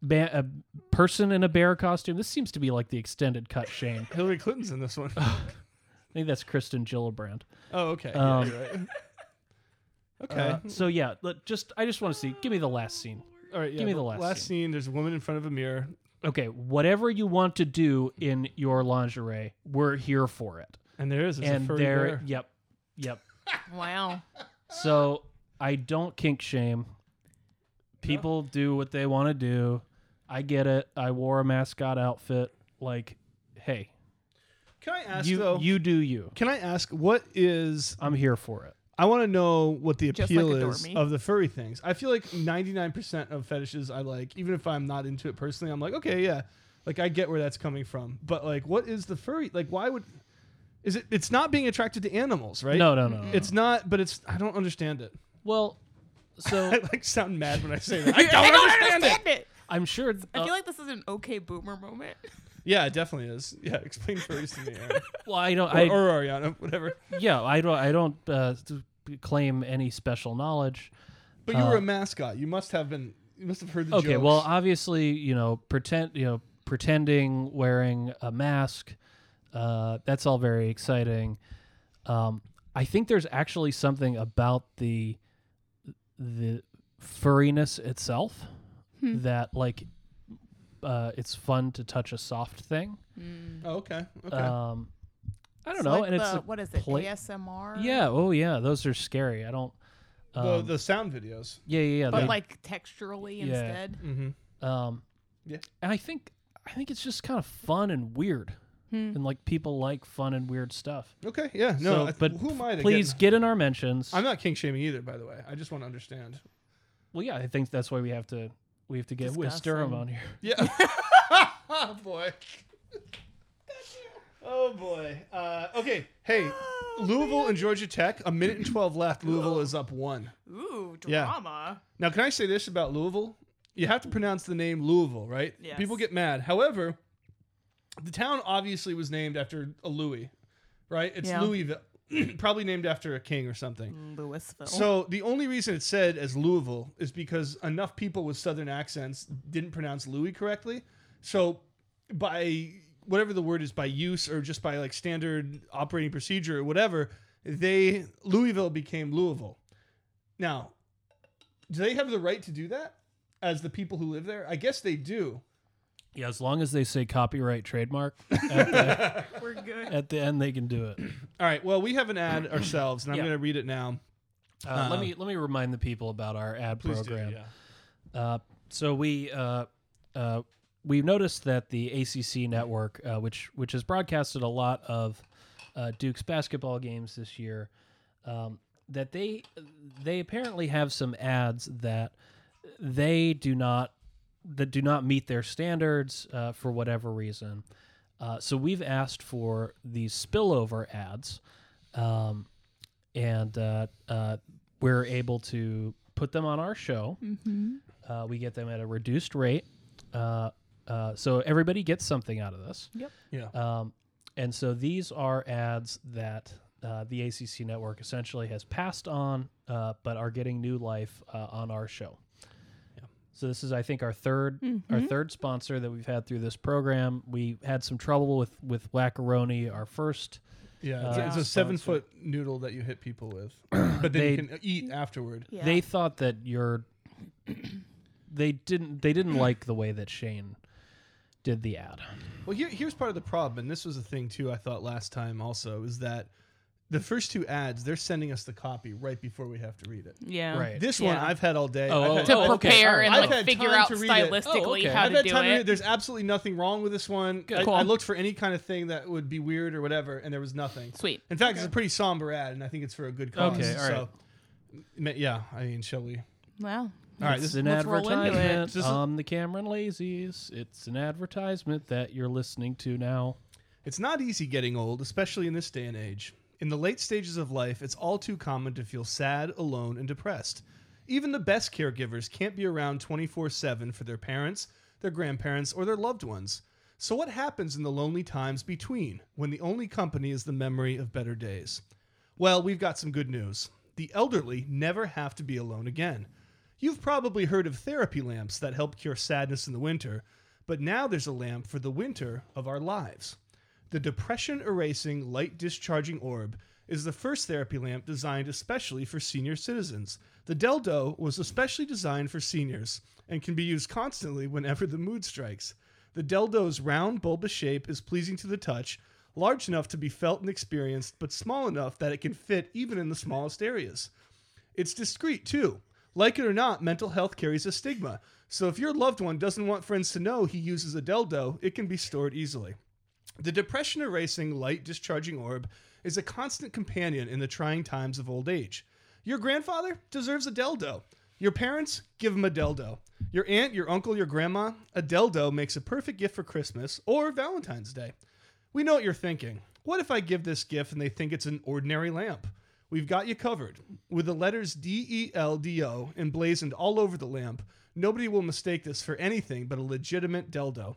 C: Ba- a person in a bear costume. This seems to be like the extended cut, Shane.
A: Hillary Clinton's in this one.
C: I think that's Kristen Gillibrand.
A: Oh, okay. Yeah,
C: Um,
A: you're right. Okay.
C: Uh, so yeah, let- just I just want to see. Give me the last scene.
A: All right. Yeah,
C: give me the last
A: scene. There's a woman in front of a mirror.
C: okay, whatever you want to do in your lingerie, we're here for it.
A: And there is. There's a
C: and
A: furry
C: there,
A: bear.
C: yep, yep.
B: wow.
C: So I don't kink shame. People do what they want to do. I get it. I wore a mascot outfit. Like, hey,
A: Can I ask
C: you
A: though?
C: you do you.
A: can I ask what is?
C: I'm here for it.
A: I want to know what the
B: Just
A: appeal
B: like Adore
A: is
B: Me.
A: of the furry things. I feel like 99% of fetishes I like, even if I'm not into it personally, I'm like, okay, yeah, like I get where that's coming from. But like, what is the furry? Like, why would? Is it? It's not being attracted to animals, right?
C: No, no, no. no.
A: It's not, but it's. I don't understand it.
C: well,
A: I
C: so
A: like sound mad when I say that. I don't,
B: I don't
A: understand, it.
B: it.
C: I'm sure.
B: I
C: uh,
B: feel like this is an okay boomer moment.
A: Yeah, it definitely is. Yeah, explain furries to me, Aaron.
C: well, I don't.
A: or,
C: I,
A: or Ariana, whatever.
C: yeah, I don't. I don't uh, claim any special knowledge.
A: But you were
C: Uh,
A: a mascot. You must have been. You must have heard the
C: okay
A: jokes.
C: well obviously you know pretend you know pretending wearing a mask uh, that's all very exciting um, i think there's actually something about the the furriness itself
B: Hmm.
C: that like uh, it's fun to touch a soft thing
A: Oh, okay. Okay.
C: um, i don't know
B: Hmm. Like
C: and it's
B: the-
C: a
B: what is it?
C: pla-
B: ASMR.
C: yeah oh yeah those are scary i don't
A: the,
C: um,
A: the sound videos.
C: yeah yeah yeah
B: but
C: they-
B: like texturally
C: Yeah.
B: instead.
A: Mm-hmm.
C: Um,
A: Yeah.
C: And I think I think it's just kind of fun and weird,
B: Hmm.
C: and like people like fun and weird stuff.
A: Okay. Yeah. No.
C: so,
A: I-
C: but
A: who am I? To
C: please
A: Get,
C: get in our mentions.
A: I'm not kink shaming either, by the way. I just want to understand.
C: well, yeah, I think that's why we have to we have to get Wiz
B: Discuss
C: Durham
B: and-
C: on here.
A: Yeah. oh boy. Oh boy. Uh, okay. Hey, Louisville and Georgia Tech. A minute and twelve left. Louisville is up one.
B: Ooh,
A: Yeah.
B: drama.
A: Now, can I say this about Louisville? You have to pronounce the name Louisville, right?
B: Yes.
A: People get mad. However, the town obviously was named after a Louis, right? It's
B: Yeah.
A: Louisville, probably named after a king or something.
B: Louisville.
C: Oh.
A: So the only reason it's said as Louisville is because enough people with southern accents didn't pronounce Louis correctly. So by whatever the word is by use or just by like standard operating procedure or whatever, they Louisville became Louisville. Now, do they have the right to do that as the people who live there? I guess they do.
C: Yeah, as long as they say copyright trademark at the,
B: we're good.
C: at the end, they can do it.
A: All right. Well, we have an ad ourselves, and I'm
C: Yeah.
A: going to read it now.
C: Uh, let me let me remind the people about our ad
A: Uh-huh. Please do,
C: program.
A: yeah.
C: Uh, so we uh, uh, we've noticed that the ACC network, uh, which which has broadcasted a lot of uh, Duke's basketball games this year, um, that they they apparently have some ads that they do not that do not meet their standards uh, for whatever reason. Uh, so we've asked for these spillover ads, um, and uh, uh, we're able to put them on our show. Uh, we get them at a reduced rate, uh, uh, so everybody gets something out of this.
A: Yeah.
C: Um, and so these are ads that uh, the ACC network essentially has passed on, uh, but are getting new life uh, on our show. So this is, I think, our 3rd our third sponsor that we've had through this program. We had some trouble with with Wackaroni, our first.
A: Yeah, it's,
B: Uh,
A: it's a seven foot noodle that you hit people with, but then you
C: They-
A: can eat afterward.
B: Yeah.
C: They thought that your they didn't they didn't like the way that Shane did the ad.
A: Well, here, here's part of the problem, and this was a thing too. I thought last time also is that the first two ads they're sending us the copy right before we have to read it.
B: yeah.
C: Right.
A: This one
B: Yeah.
A: I've had all day.
C: Oh,
A: I've
C: oh,
A: had-
B: To
C: Oh, okay.
B: prepare
C: Alright.
B: and
A: I've
B: like
A: had
B: figure
A: time
B: out
A: to read it.
B: stylistically
C: Oh, okay.
B: how
A: I've
B: to
A: had
B: do
A: time to read
B: it.
A: it. There's absolutely nothing wrong with this one. I,
C: Cool.
A: I looked for any kind of thing that would be weird or whatever, and there was nothing.
B: Sweet.
A: In fact, it's a pretty somber ad, and I think it's for a good cause.
C: Okay, all
A: so, m- yeah, I mean, shall we?
B: Wow.
A: All right, this
C: it's an
B: let's roll into it.
C: advertisement
A: This is-
C: on the Cameron Lazies. It's an advertisement that you're listening to now.
A: It's not easy getting old, especially in this day and age. In the late stages of life, it's all too common to feel sad, alone, and depressed. Even the best caregivers can't be around 24 7 for their parents, their grandparents, or their loved ones. So, what happens in the lonely times between when the only company is the memory of better days? Well, we've got some good news. The elderly never have to be alone again. You've probably heard of therapy lamps that help cure sadness in the winter, but now there's a lamp for the winter of our lives. The depression erasing light discharging orb is the first therapy lamp designed especially for senior citizens. The Deldo was especially designed for seniors and can be used constantly whenever the mood strikes. The Deldo's round, bulbous shape is pleasing to the touch, large enough to be felt and experienced, but small enough that it can fit even in the smallest areas. It's discreet too. Like it or not, mental health carries a stigma. So if your loved one doesn't want friends to know he uses a dildo, it can be stored easily. The depression erasing light discharging orb is a constant companion in the trying times of old age. Your grandfather deserves a dildo. Your parents give him a dildo. Your aunt, your uncle, your grandma, a dildo makes a perfect gift for Christmas or Valentine's Day. We know what you're thinking. What if I give this gift and they think it's an ordinary lamp? We've got you covered. With the letters D E L D O emblazoned all over the lamp, nobody will mistake this for anything but a legitimate dildo.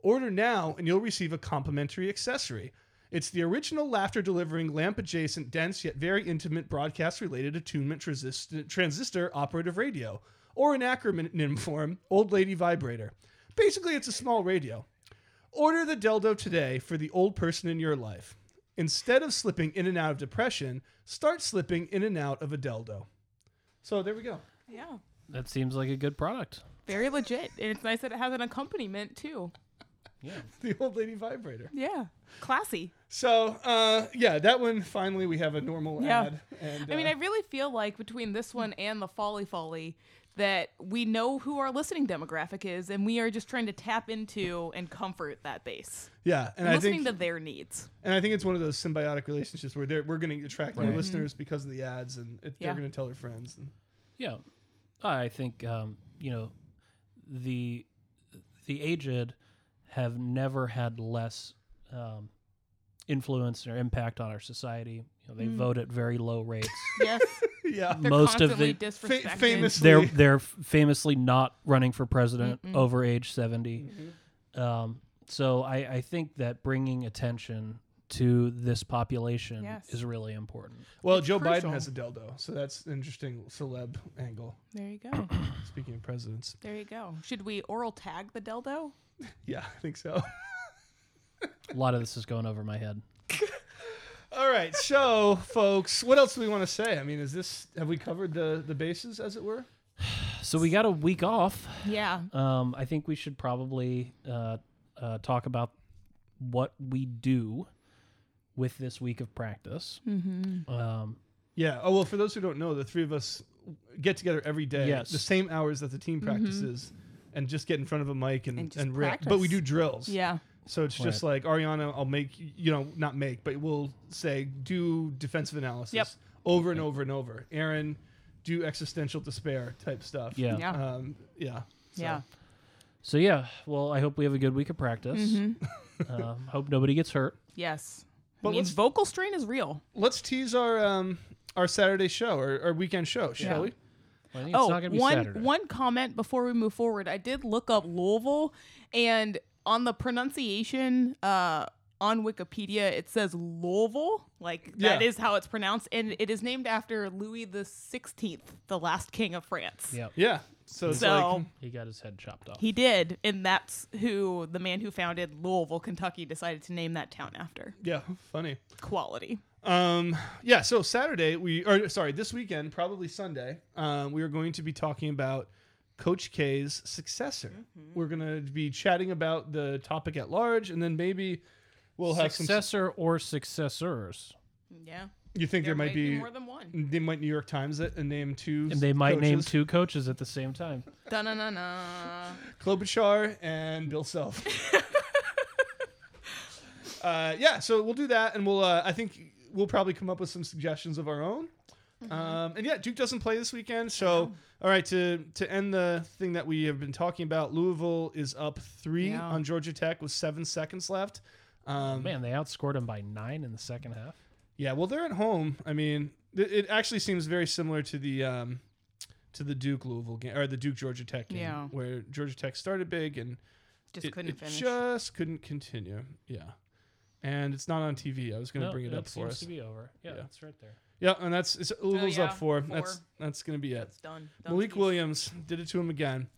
A: Order now and you'll receive a complimentary accessory. It's the original laughter delivering lamp adjacent, dense yet very intimate broadcast related attunement transist- transistor operative radio, or in acronym form, old lady vibrator. Basically, it's a small radio. Order the dildo today for the old person in your life. Instead of slipping in and out of depression, start slipping in and out of a dildo. So there we go.
B: Yeah.
C: That seems like a good product.
B: Very legit. And it's nice that it has an accompaniment too.
A: The old lady vibrator.
B: Yeah. Classy.
A: So uh, yeah, that one finally we have a normal
B: Yeah.
A: ad. And,
B: I mean,
A: uh,
B: I really feel like between this one and the Folly Folly, that we know who our listening demographic is, and we are just trying to tap into and comfort that base,
A: yeah, and I
B: listening
A: think
B: to their needs.
A: and I think it's one of those symbiotic relationships where they're, we're going to attract new listeners because of the ads, and it,
B: Yeah.
A: they're going to tell their friends. And,
C: Yeah, I think um, you know the the aged have never had less um, influence or impact on our society. You know, they
B: Mm.
C: vote at very low rates.
B: Yes,
A: yeah,
B: they're
C: Most of
B: constantly
C: the-
B: disrespected.
A: Fa- famous-
C: they're they're famously not running for president over age 70 Um, so I, I think that bringing attention to this population
B: Yes.
C: is really important.
A: well, Joe
B: crucial.
A: Biden has a dildo, so that's an interesting celeb angle.
B: There you go.
A: Speaking of presidents,
B: There you go. Should we oral tag the dildo?
A: yeah, I think so.
C: A lot of this is going over my head.
A: All right, so folks, what else do we want to say? I mean, is this have we covered the the bases, as it were?
C: So we got a week off.
B: Yeah.
C: Um, I think we should probably uh, uh, talk about what we do with this week of practice. Mm-hmm. Um,
A: Yeah. Oh well, for those who don't know, the three of us get together every day,
C: Yes.
A: the same hours that the team practices, and just get in front of a mic and
B: Mm-hmm. And
A: and,
B: just
A: rant.
B: practice.
A: But we do drills.
B: Yeah.
A: So it's just like Ariana, I'll make you know not make, but we'll say do defensive analysis
B: Yep.
A: over and over and over. Aaron, do existential despair type stuff.
C: yeah.
B: Yeah.
A: Um, yeah. So-
B: Yeah.
C: So yeah, well, I hope we have a good week of practice.
B: Mm-hmm.
C: um, hope nobody gets hurt.
B: Yes.
A: But
B: I mean,
A: let's-
B: vocal strain is real.
A: Let's tease our um, our Saturday show or our weekend show, shall
C: Yeah.
A: we?
C: Well, I think
B: Oh, one
C: it's not gonna be Saturday.
B: one comment before we move forward. I did look up Louisville, and on the pronunciation uh, on Wikipedia, it says Louisville. Like that
A: Yeah.
B: is how it's pronounced, and it is named after Louis the Sixteenth, the last king of France.
C: Yep,
A: Yeah. So it's
B: So-
A: like
C: he got his head chopped off.
B: He did, and that's who the man who founded Louisville, Kentucky, decided to name that town after.
A: yeah, funny.
B: Quality.
A: Um, yeah, so Saturday we or sorry, this weekend, probably Sunday, um, we are going to be talking about Coach K's successor. We're gonna be chatting about the topic at large, and then maybe we'll have some.
C: Successor or successors,
B: Yeah.
A: You think there, might be,
B: more than one.
A: they might New York Times it and name two.
C: and they might name
A: coaches,
C: two coaches at the same time.
B: Dun dun dun dun.
A: Klobuchar and Bill Self. uh, yeah, so we'll do that, and we'll. Uh, I think we'll probably come up with some suggestions of our own.
B: Mm-hmm.
A: Um, and yeah, Duke doesn't play this weekend, so all right. To to end the thing that we have been talking about, Louisville is up three
B: Yeah. Oh,
A: on Georgia Tech with seven seconds left. Um,
C: Man, they outscored him by nine in the second half.
A: yeah, well, they're at home. I mean, th- it actually seems very similar to the um, to the Duke Louisville game or the Duke Georgia Tech game,
B: Yeah.
A: where Georgia Tech started big and
B: Just
A: it-
B: couldn't
A: it
B: finish.
A: Just couldn't continue. Yeah, and it's not on TV. I was going to
C: No,
A: bring it
C: that
A: up for
C: seems
A: us.
C: to be over. Yeah,
A: Yeah.
C: it's right there.
A: Yeah, and that's it's Louisville's
B: Oh, yeah,
A: up four.
B: four.
A: That's that's going to be it.
B: It's done.
A: Malik
B: Dunsies.
A: Williams did it to him again.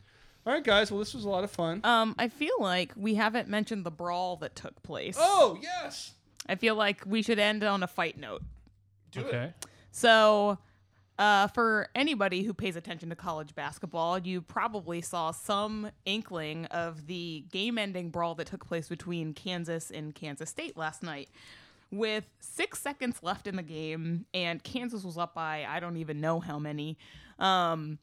A: All right, guys. Well, this was a lot of fun.
B: Um, I feel like we haven't mentioned the brawl that took place.
A: oh yes,
B: I feel like we should end on a fight note.
A: do it.
C: okay.
B: So, uh, for anybody who pays attention to college basketball, you probably saw some inkling of the game ending brawl that took place between Kansas and Kansas State last night. With six seconds left in the game, and Kansas was up by I don't even know how many. Um,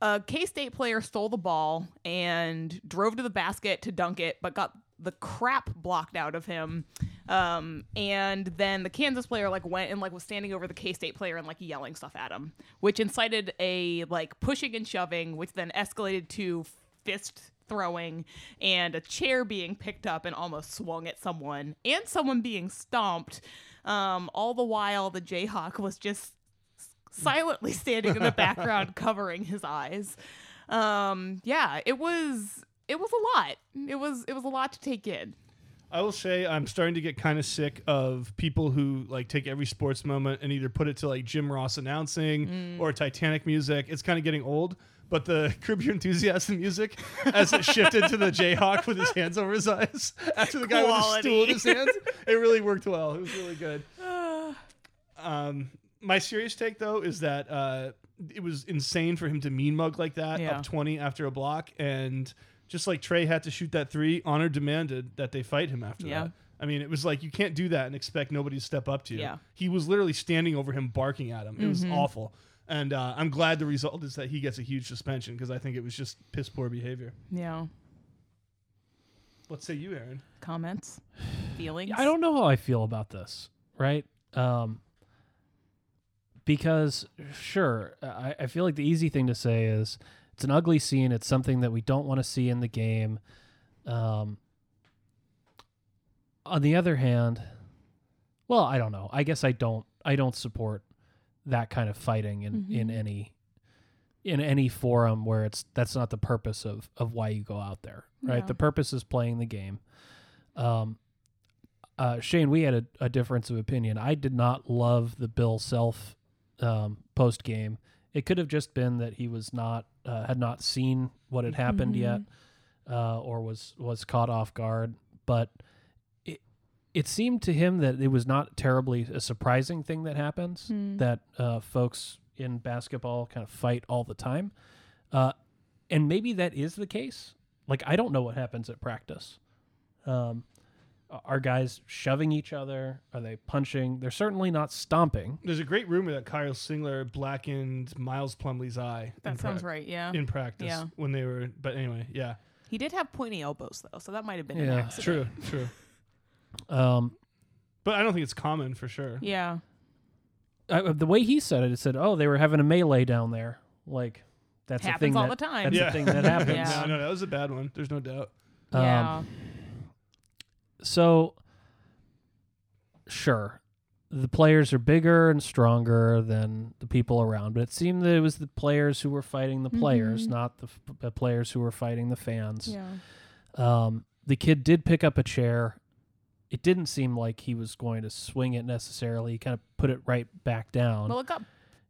B: a K State player stole the ball and drove to the basket to dunk it, but got the crap blocked out of him. Um, and then the Kansas player like went and like was standing over the K State player and like yelling stuff at him, which incited a like pushing and shoving, which then escalated to fist throwing and a chair being picked up and almost swung at someone and someone being stomped. Um, all the while the Jayhawk was just silently standing in the background covering his eyes um yeah it was it was a lot it was it was a lot to take in
A: I will say I'm starting to get kind of sick of people who like take every sports moment and either put it to like Jim Ross announcing or Titanic music. It's kind of getting old. But the Curb Your Enthusiasm music, as it shifted to the Jayhawk with his hands over his eyes, after the guy with the stool in his hands, it really worked well. It was really good. Um, my serious take though is that uh, it was insane for him to mean mug like that
B: Yeah.
A: up 20 after a block and just like Trey had to shoot that three, Honor demanded that they fight him after
B: Yeah.
A: that. I mean, it was like you can't do that and expect nobody to step up to you.
B: Yeah. Mm-hmm.
A: He was literally standing over him, barking at him. It was awful. And uh, I'm glad the result is that he gets a huge suspension because I think it was just piss poor behavior.
B: yeah
A: Let's say you, Aaron.
B: comments feelings
C: I don't know how I feel about this, right? Um, because sure, I, I feel like the easy thing to say is it's an ugly scene. It's something that we don't want to see in the game. Um, on the other hand, well, I don't know. I guess I don't. I don't support that kind of fighting in in any in any forum where it's that's not the purpose of of why you go out there, right?
B: Yeah.
C: The purpose is playing the game. Um, uh, Shane, we had a, a difference of opinion. I did not love the Bill Self um, post game. It could have just been that he was not uh, had not seen what had happened yet, uh, or was was caught off guard. But it it seemed to him that it was not terribly a surprising thing that happens
B: Hmm.
C: that uh, folks in basketball kind of fight all the time, uh, and maybe that is the case. Like I don't know what happens at practice. Um, are guys shoving each other? Are they punching? They're certainly not stomping.
A: There's a great rumor that Kyle Singler blackened Miles Plumley's eye. in
B: that sounds
A: prac-
B: right yeah
A: In practice
B: Yeah.
A: when they were, but anyway, yeah.
B: he did have pointy elbows though so that might have been an
C: Yeah.
B: accident
A: True, true.
C: Um,
A: But I don't think it's common for sure.
B: yeah
C: uh, I, the way he said it, it said, "Oh, they were having a melee down there." Like, that's a
B: Happens
C: thing
B: all
C: that,
B: the time.
C: That's
A: Yeah.
C: a thing that happens.
B: Yeah.
A: No, no, that was a bad one. There's no doubt.
C: Um,
B: yeah.
C: So, sure, the players are bigger and stronger than the people around, but it seemed that it was the players who were fighting the players,
B: Mhm.
C: not the, f- the players who were fighting the fans.
B: Yeah.
C: Um, the kid did pick up a chair. It didn't seem like he was going to swing it necessarily. He kind of put it right back down.
B: Well, it got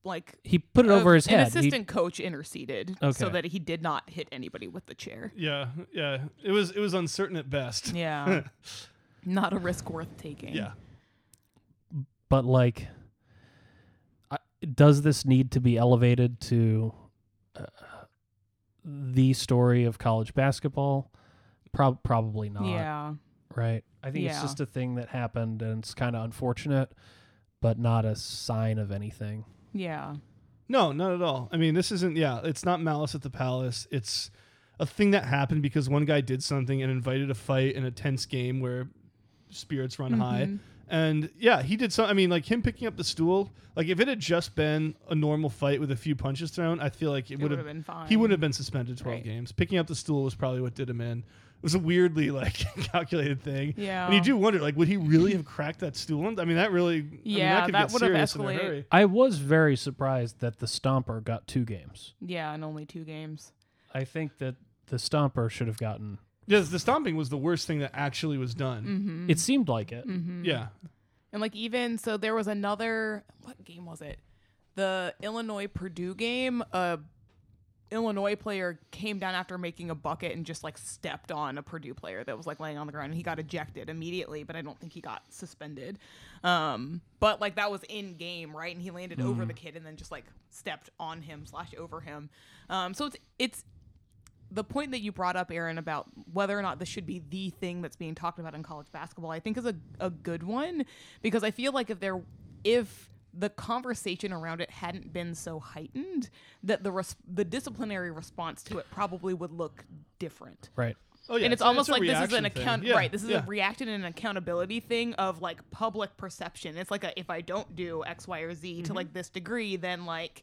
B: like
C: he put it
B: a-
C: over his
B: An
C: head. He-
B: assistant coach interceded so
C: Okay.
B: that he did not hit anybody with the chair.
A: Yeah, yeah. It was it was uncertain at best.
B: Yeah. not a risk worth taking.
A: Yeah.
C: but like I, does this need to be elevated to uh, the story of college basketball Prob- probably not
B: Yeah.
C: right i think it's
B: Yeah.
C: just a thing that happened and it's kind of unfortunate but not a sign of anything
B: Yeah.
A: No, not at all. I mean, this isn't. Yeah, it's not malice at the palace. It's a thing that happened because one guy did something and invited a fight in a tense game where spirits run high.
B: Mm-hmm.
A: And yeah, he did some. I mean, like him picking up the stool. Like if it had just been a normal fight with a few punches thrown, I feel like it,
B: It
A: would
B: would
A: have.
B: have been fine.
A: He wouldn't have been suspended twelve
B: Right.
A: games. Picking up the stool was probably what did him in. It was a weirdly like calculated thing.
B: Yeah.
A: And you do wonder, like, would he really have cracked that stool? I mean, that really.
B: Yeah,
A: I mean,
B: that
A: that, could
B: would have
A: get serious in a
B: escalated.
A: hurry.
C: i was very surprised that the stomper got two games
B: Yeah, and only two games.
C: i think that the stomper should have gotten
A: Yes, the stomping was the worst thing that actually was done.
B: Mm-hmm.
C: it seemed like it
B: mm-hmm.
A: Yeah.
B: And like even so there was another what game was it? The Illinois Purdue game, a Illinois player came down after making a bucket and just like stepped on a Purdue player that was like laying on the ground and he got ejected immediately, but I don't think he got suspended. Um but like that was in game, right? And he landed over the kid and then just like stepped on him slash over him. Um so it's it's the point that you brought up, Aaron, about whether or not this should be the thing that's being talked about in college basketball, I think is a, a good one because I feel like if there if the conversation around it hadn't been so heightened, that the res- the disciplinary response to it probably would look different.
C: right
A: Oh yeah.
B: and it's,
A: a-
B: almost
A: a
B: like this is
A: reaction
B: an
A: thing.
B: account
A: Yeah,
B: right. This is
A: yeah.
B: a reaction and an accountability thing of like public perception. It's like a, if I don't do X, Y, or Z
A: Mm-hmm.
B: to like this degree, then like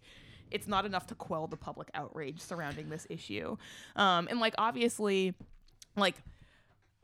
B: it's not enough to quell the public outrage surrounding this issue. Um, and like obviously, like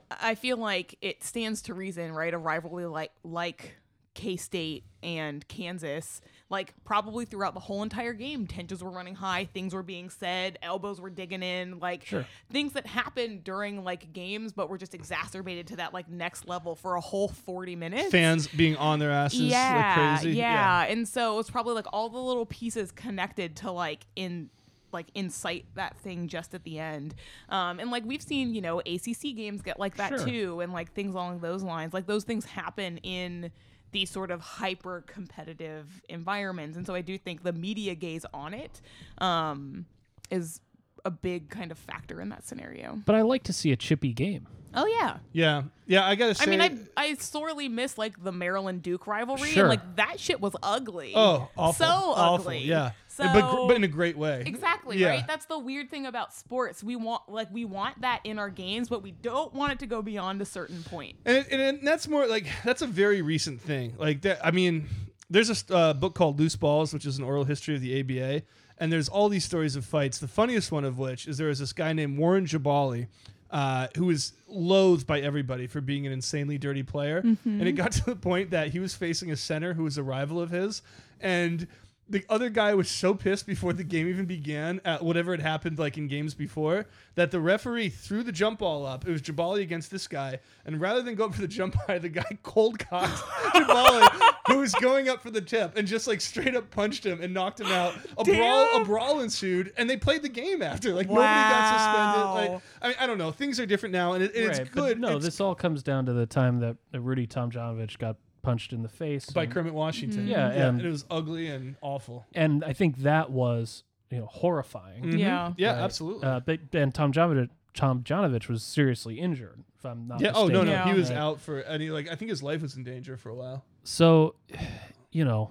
B: I feel like it stands to reason, right? A rivalry like like K State and Kansas, like probably throughout the whole entire game, tensions were running high, things were being said, elbows were digging in, like things that happened during like games, but were just exacerbated to that like next level for a whole forty minutes
A: fans being on their asses
B: yeah,
A: like crazy.
B: Yeah. And so it's probably like all the little pieces connected to like in like incite that thing just at the end. Um, and like we've seen, you know, ACC games get like that
C: Sure.
B: too, and like things along those lines. Like those things happen in these sort of hyper competitive environments. And so I do think the media gaze on it um, is a big kind of factor in that scenario.
C: but i like to see a chippy game
B: Oh, yeah.
A: Yeah. Yeah, I gotta say
B: I mean, I I sorely miss like the Maryland Duke rivalry,
C: Sure.
B: and like that shit was ugly.
A: Oh, awful.
B: so
A: awful.
B: ugly.
A: Yeah.
B: so
A: but, gr- but in a great way.
B: exactly
A: Yeah.
B: right. That's the weird thing about sports. We want like we want that in our games, but we don't want it to go beyond a certain point.
A: And, it, and it- that's more like that's a very recent thing. Like that, I mean, there's a st- uh, book called Loose Balls, which is an oral history of the ABA, and there's all these stories of fights. The funniest one of which is there was this guy named Warren Jabali. Uh, who was loathed by everybody for being an insanely dirty player, and it got to the point that he was facing a center who was a rival of his, and the other guy was so pissed before the game even began at whatever had happened like in games before that the referee threw the jump ball up. It was Jabali against this guy, and rather than go up for the jump high, the guy cold cocked Jabali, who was going up for the tip, and just like straight up punched him and knocked him out. A brawl, a
B: Damn.
A: brawl ensued, and they played the game after. Like nobody got suspended.
B: Wow.
A: Like I mean, I don't know. Things are different now, and, it, and it's
C: but
A: good.
C: no,
A: It's
C: this all comes down to the time that that Rudy Tomjanovich got punched in the face
A: by
C: and,
A: Kermit Washington.
C: Mm-hmm. Yeah, and-
A: and it was ugly and awful.
C: and I think that was you know horrifying.
B: Yeah.
A: Mm, Yeah,
C: Right.
A: absolutely.
C: Uh, but and Tomjanovich Tomjanovich was seriously injured, if I'm not
A: yeah. Oh
C: mistaken.
A: no, no,
B: Yeah.
A: he was
C: Right.
A: out for any. Like I think his life was in danger for a while.
C: So, you know,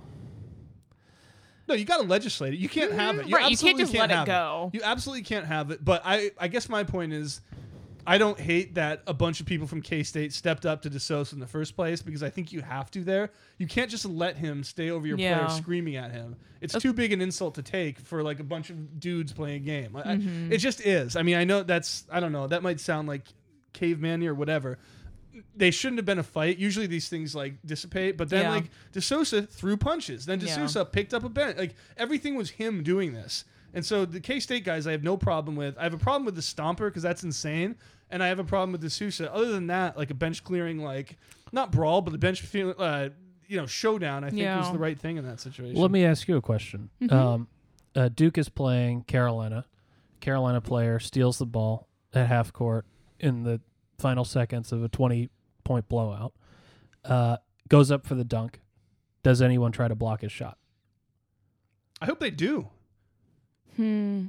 A: No, you got to legislate it. You can't have it.
B: Mm-hmm. right, you can't
A: absolutely
B: just let it
A: have
B: go.
A: You absolutely can't have it. But I, I guess my point is, I don't hate that a bunch of people from K State stepped up to DeSosa in the first place because I think you have to there. You can't just let him stay over your
B: Yeah.
A: player screaming at him. It's too big an insult to take for like a bunch of dudes playing a game. I- I-
B: Mm-hmm.
A: it just is. I mean, I know that's I don't know. That might sound like caveman or whatever. They shouldn't have been a fight. Usually these things like dissipate, but then
B: Yeah.
A: like DeSosa threw punches. Then
B: Yeah.
A: DeSosa picked up a bench. Like everything was him doing this. And so the K State guys, I have no problem with. I have a problem with the stomper because that's insane, and I have a problem with DeSousa. Other than that, like a bench clearing, like not brawl, but the bench feel, uh, you know, showdown. I think
B: Yeah.
A: was the right thing in that situation.
C: Let me ask you a question.
B: Mm-hmm.
C: Um, uh, Duke is playing Carolina. Carolina player steals the ball at half court in the final seconds of a 20 point blowout. Uh, goes up for the dunk. Does anyone try to block his shot?
A: I hope they do.
B: Hmm.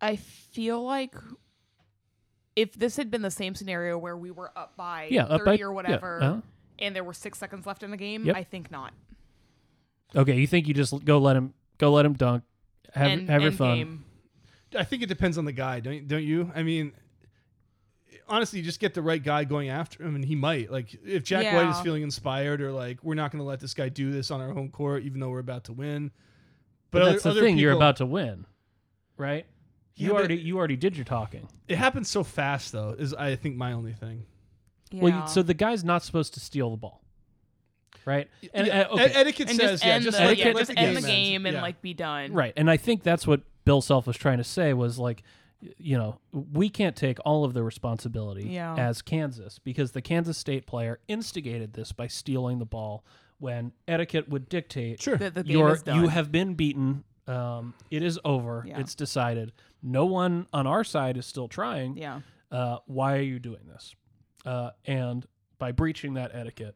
B: I feel like if this had been the same scenario where we were up by
C: Yeah, up
B: 30
C: by-
B: or
C: yeah,
B: whatever
C: uh-huh.
B: and there were six seconds left in the game,
C: Yep.
B: I think not.
C: Okay, you think you just l- go let him go let him dunk, have
B: End-
C: have your
B: end
C: fun.
B: game.
A: I think it depends on the guy, don't don't you? I mean, honestly, you just get the right guy going after him, and he might. Like if Jack White is
B: Yeah.
A: feeling inspired, or like we're not going to let this guy do this on our home court, even though we're about to win.
C: But,
A: other-
C: that's the
A: other
C: thing, you're
A: people-
C: about to win, right?
A: Yeah,
C: you
A: but-
C: already you already did your talking.
A: It happens so fast, though. Is I think my only thing.
B: Yeah.
C: Well, you- so the guy's not supposed to steal the ball, right? And
A: Yeah.
C: uh, okay,
A: E- etiquette
B: and
A: says
B: just
A: yeah,
B: end
A: just
B: the,
A: let,
B: yeah,
A: let
B: just
A: the game
B: end the
A: end.
B: game and
A: Yeah.
B: like be done.
C: right. And I think that's what Bill Self was trying to say was like, y- you know, we can't take all of the responsibility
B: Yeah.
C: as Kansas because the Kansas State player instigated this by stealing the ball when etiquette would dictate
A: sure.
B: That the game
C: You're,
B: is done.
C: you have been beaten. Um, it is over.
B: Yeah.
C: It's decided. No one on our side is still trying.
B: yeah.
C: uh, why are you doing this? Uh, and by breaching that etiquette,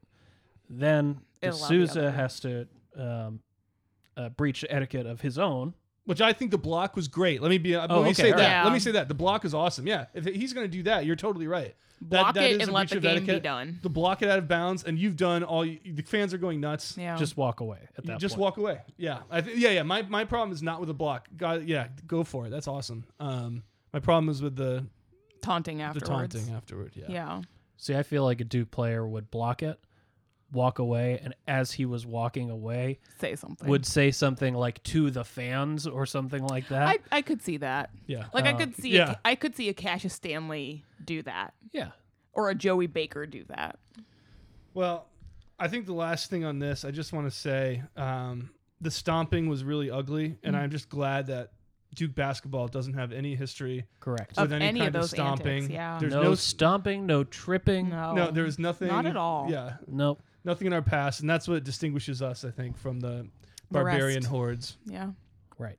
C: then
B: It'll allow the
C: D'Souza
B: other-
C: has to um, uh, breach etiquette of his own.
A: Which I think the block was great. Let me be. uh, let
C: Oh,
A: me
C: okay,
A: say
C: all
A: that.
B: right.
A: Let
B: Yeah.
A: me say that. The block is awesome. Yeah. If he's going to do that, you're totally right. That-
B: Block
A: that
B: it
A: is
B: and
A: a
B: let
A: breach
B: the
A: of
B: game
A: etiquette.
B: be done.
A: The block it out of bounds, and you've done all. You, the fans are going nuts.
B: Yeah.
C: Just walk away at
A: You
C: that
A: just
C: point.
A: walk away. Yeah. I th- yeah. Yeah. My my problem is not with the block. God. Yeah. Go for it. That's awesome. Um. My problem is with the
B: taunting
A: the
B: afterwards.
A: taunting afterward. Yeah.
B: Yeah.
C: See, I feel like a Duke player would block it, walk away, and as he was walking away,
B: Say something.
C: would say something like to the fans or something like that.
B: I, I could see that.
A: Yeah.
B: Like I
C: Uh,
B: could see
A: yeah.
B: I could see a Cassius Stanley do that
C: yeah.
B: or a Joey Baker do that.
A: Well, I think the last thing on this, I just want to say um, the stomping was really ugly,
B: Mm.
A: and I'm just glad that Duke basketball doesn't have any history
C: Correct.
B: Of
A: with any,
B: any of
A: kind
B: those
A: stomping.
B: antics, yeah.
A: There's
C: no,
A: no,
C: stomping, Mm. no tripping.
B: No.
A: no, there was nothing.
B: um, Not at all.
A: Yeah,
C: Nope.
A: nothing in our past, and that's what distinguishes us, I think, from the
B: The rest.
A: barbarian hordes.
B: Yeah.
C: Right.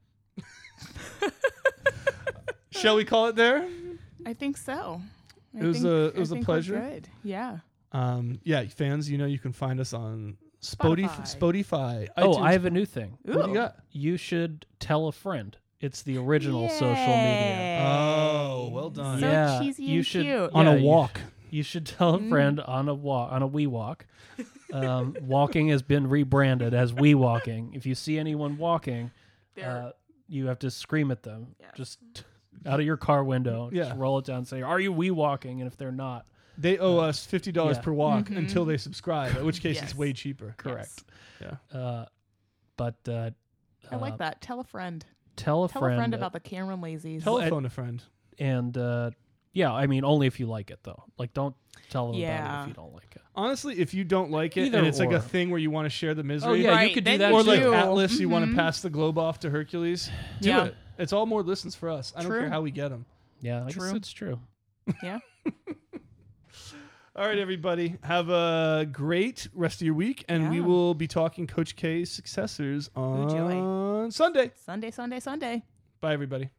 A: Shall we call it there?
B: I think so. I
A: It was
B: think-
A: a- it
B: I
A: was a
B: think we're
A: pleasure.
B: good. Yeah.
A: Um, yeah, fans, you know you can find us on Spotify. Spotify.
C: Oh,
A: iTunes.
C: I have a new thing.
A: What do you got?
C: you should tell a friend. It's the original social media.
A: Oh, well done.
B: So
C: yeah,
B: cheesy
C: you
B: and
C: should
B: cute. Mm-hmm.
A: On
C: yeah,
A: a
C: you
A: walk.
C: sh- You, should tell a friend on a walk on a wee walk. Um, walking has been rebranded as wee walking. If you see anyone walking, uh,
B: They're-
C: you have to scream at them.
B: Yeah.
C: Just out of your car window. Just
A: Yeah.
C: roll it down. and Say, "Are you wee walking?" And if they're not,
A: They owe us fifty dollars
C: Yeah.
A: per walk until they subscribe, at which case
B: Mm-hmm. Yes.
A: it's way cheaper.
C: correct.
A: Yeah.
C: Uh, but uh,
B: I
C: uh,
B: like that. Tell a friend.
C: Tell a
B: Tell
C: friend.
B: a friend
C: that-
B: about the Cameron Lazies.
A: Tell a phone a friend.
C: and uh, yeah, I mean, only if you like it though. Like, don't tell them about it
B: Yeah.
C: if you don't like it.
A: Honestly, if you don't like it
C: Either
A: and it's like
C: or.
A: a thing where you want to share the misery,
C: Oh yeah,
B: Right,
C: you could do
B: then
C: that
B: you
A: or
C: too.
A: like
B: do.
A: Atlas, you want
B: Mm-hmm.
A: to pass the globe off to Hercules, do
B: Yeah.
A: it. It's all more listens for us. I don't
B: True.
A: care how we get them.
C: Yeah, I guess
B: True.
C: it's true.
B: yeah.
A: All right, everybody, have a great rest of your week, and we
B: Yeah.
A: will be talking Coach K's successors
B: Ooh, Joey.
A: on Sunday.
B: Sunday, Sunday, Sunday.
A: Bye, everybody.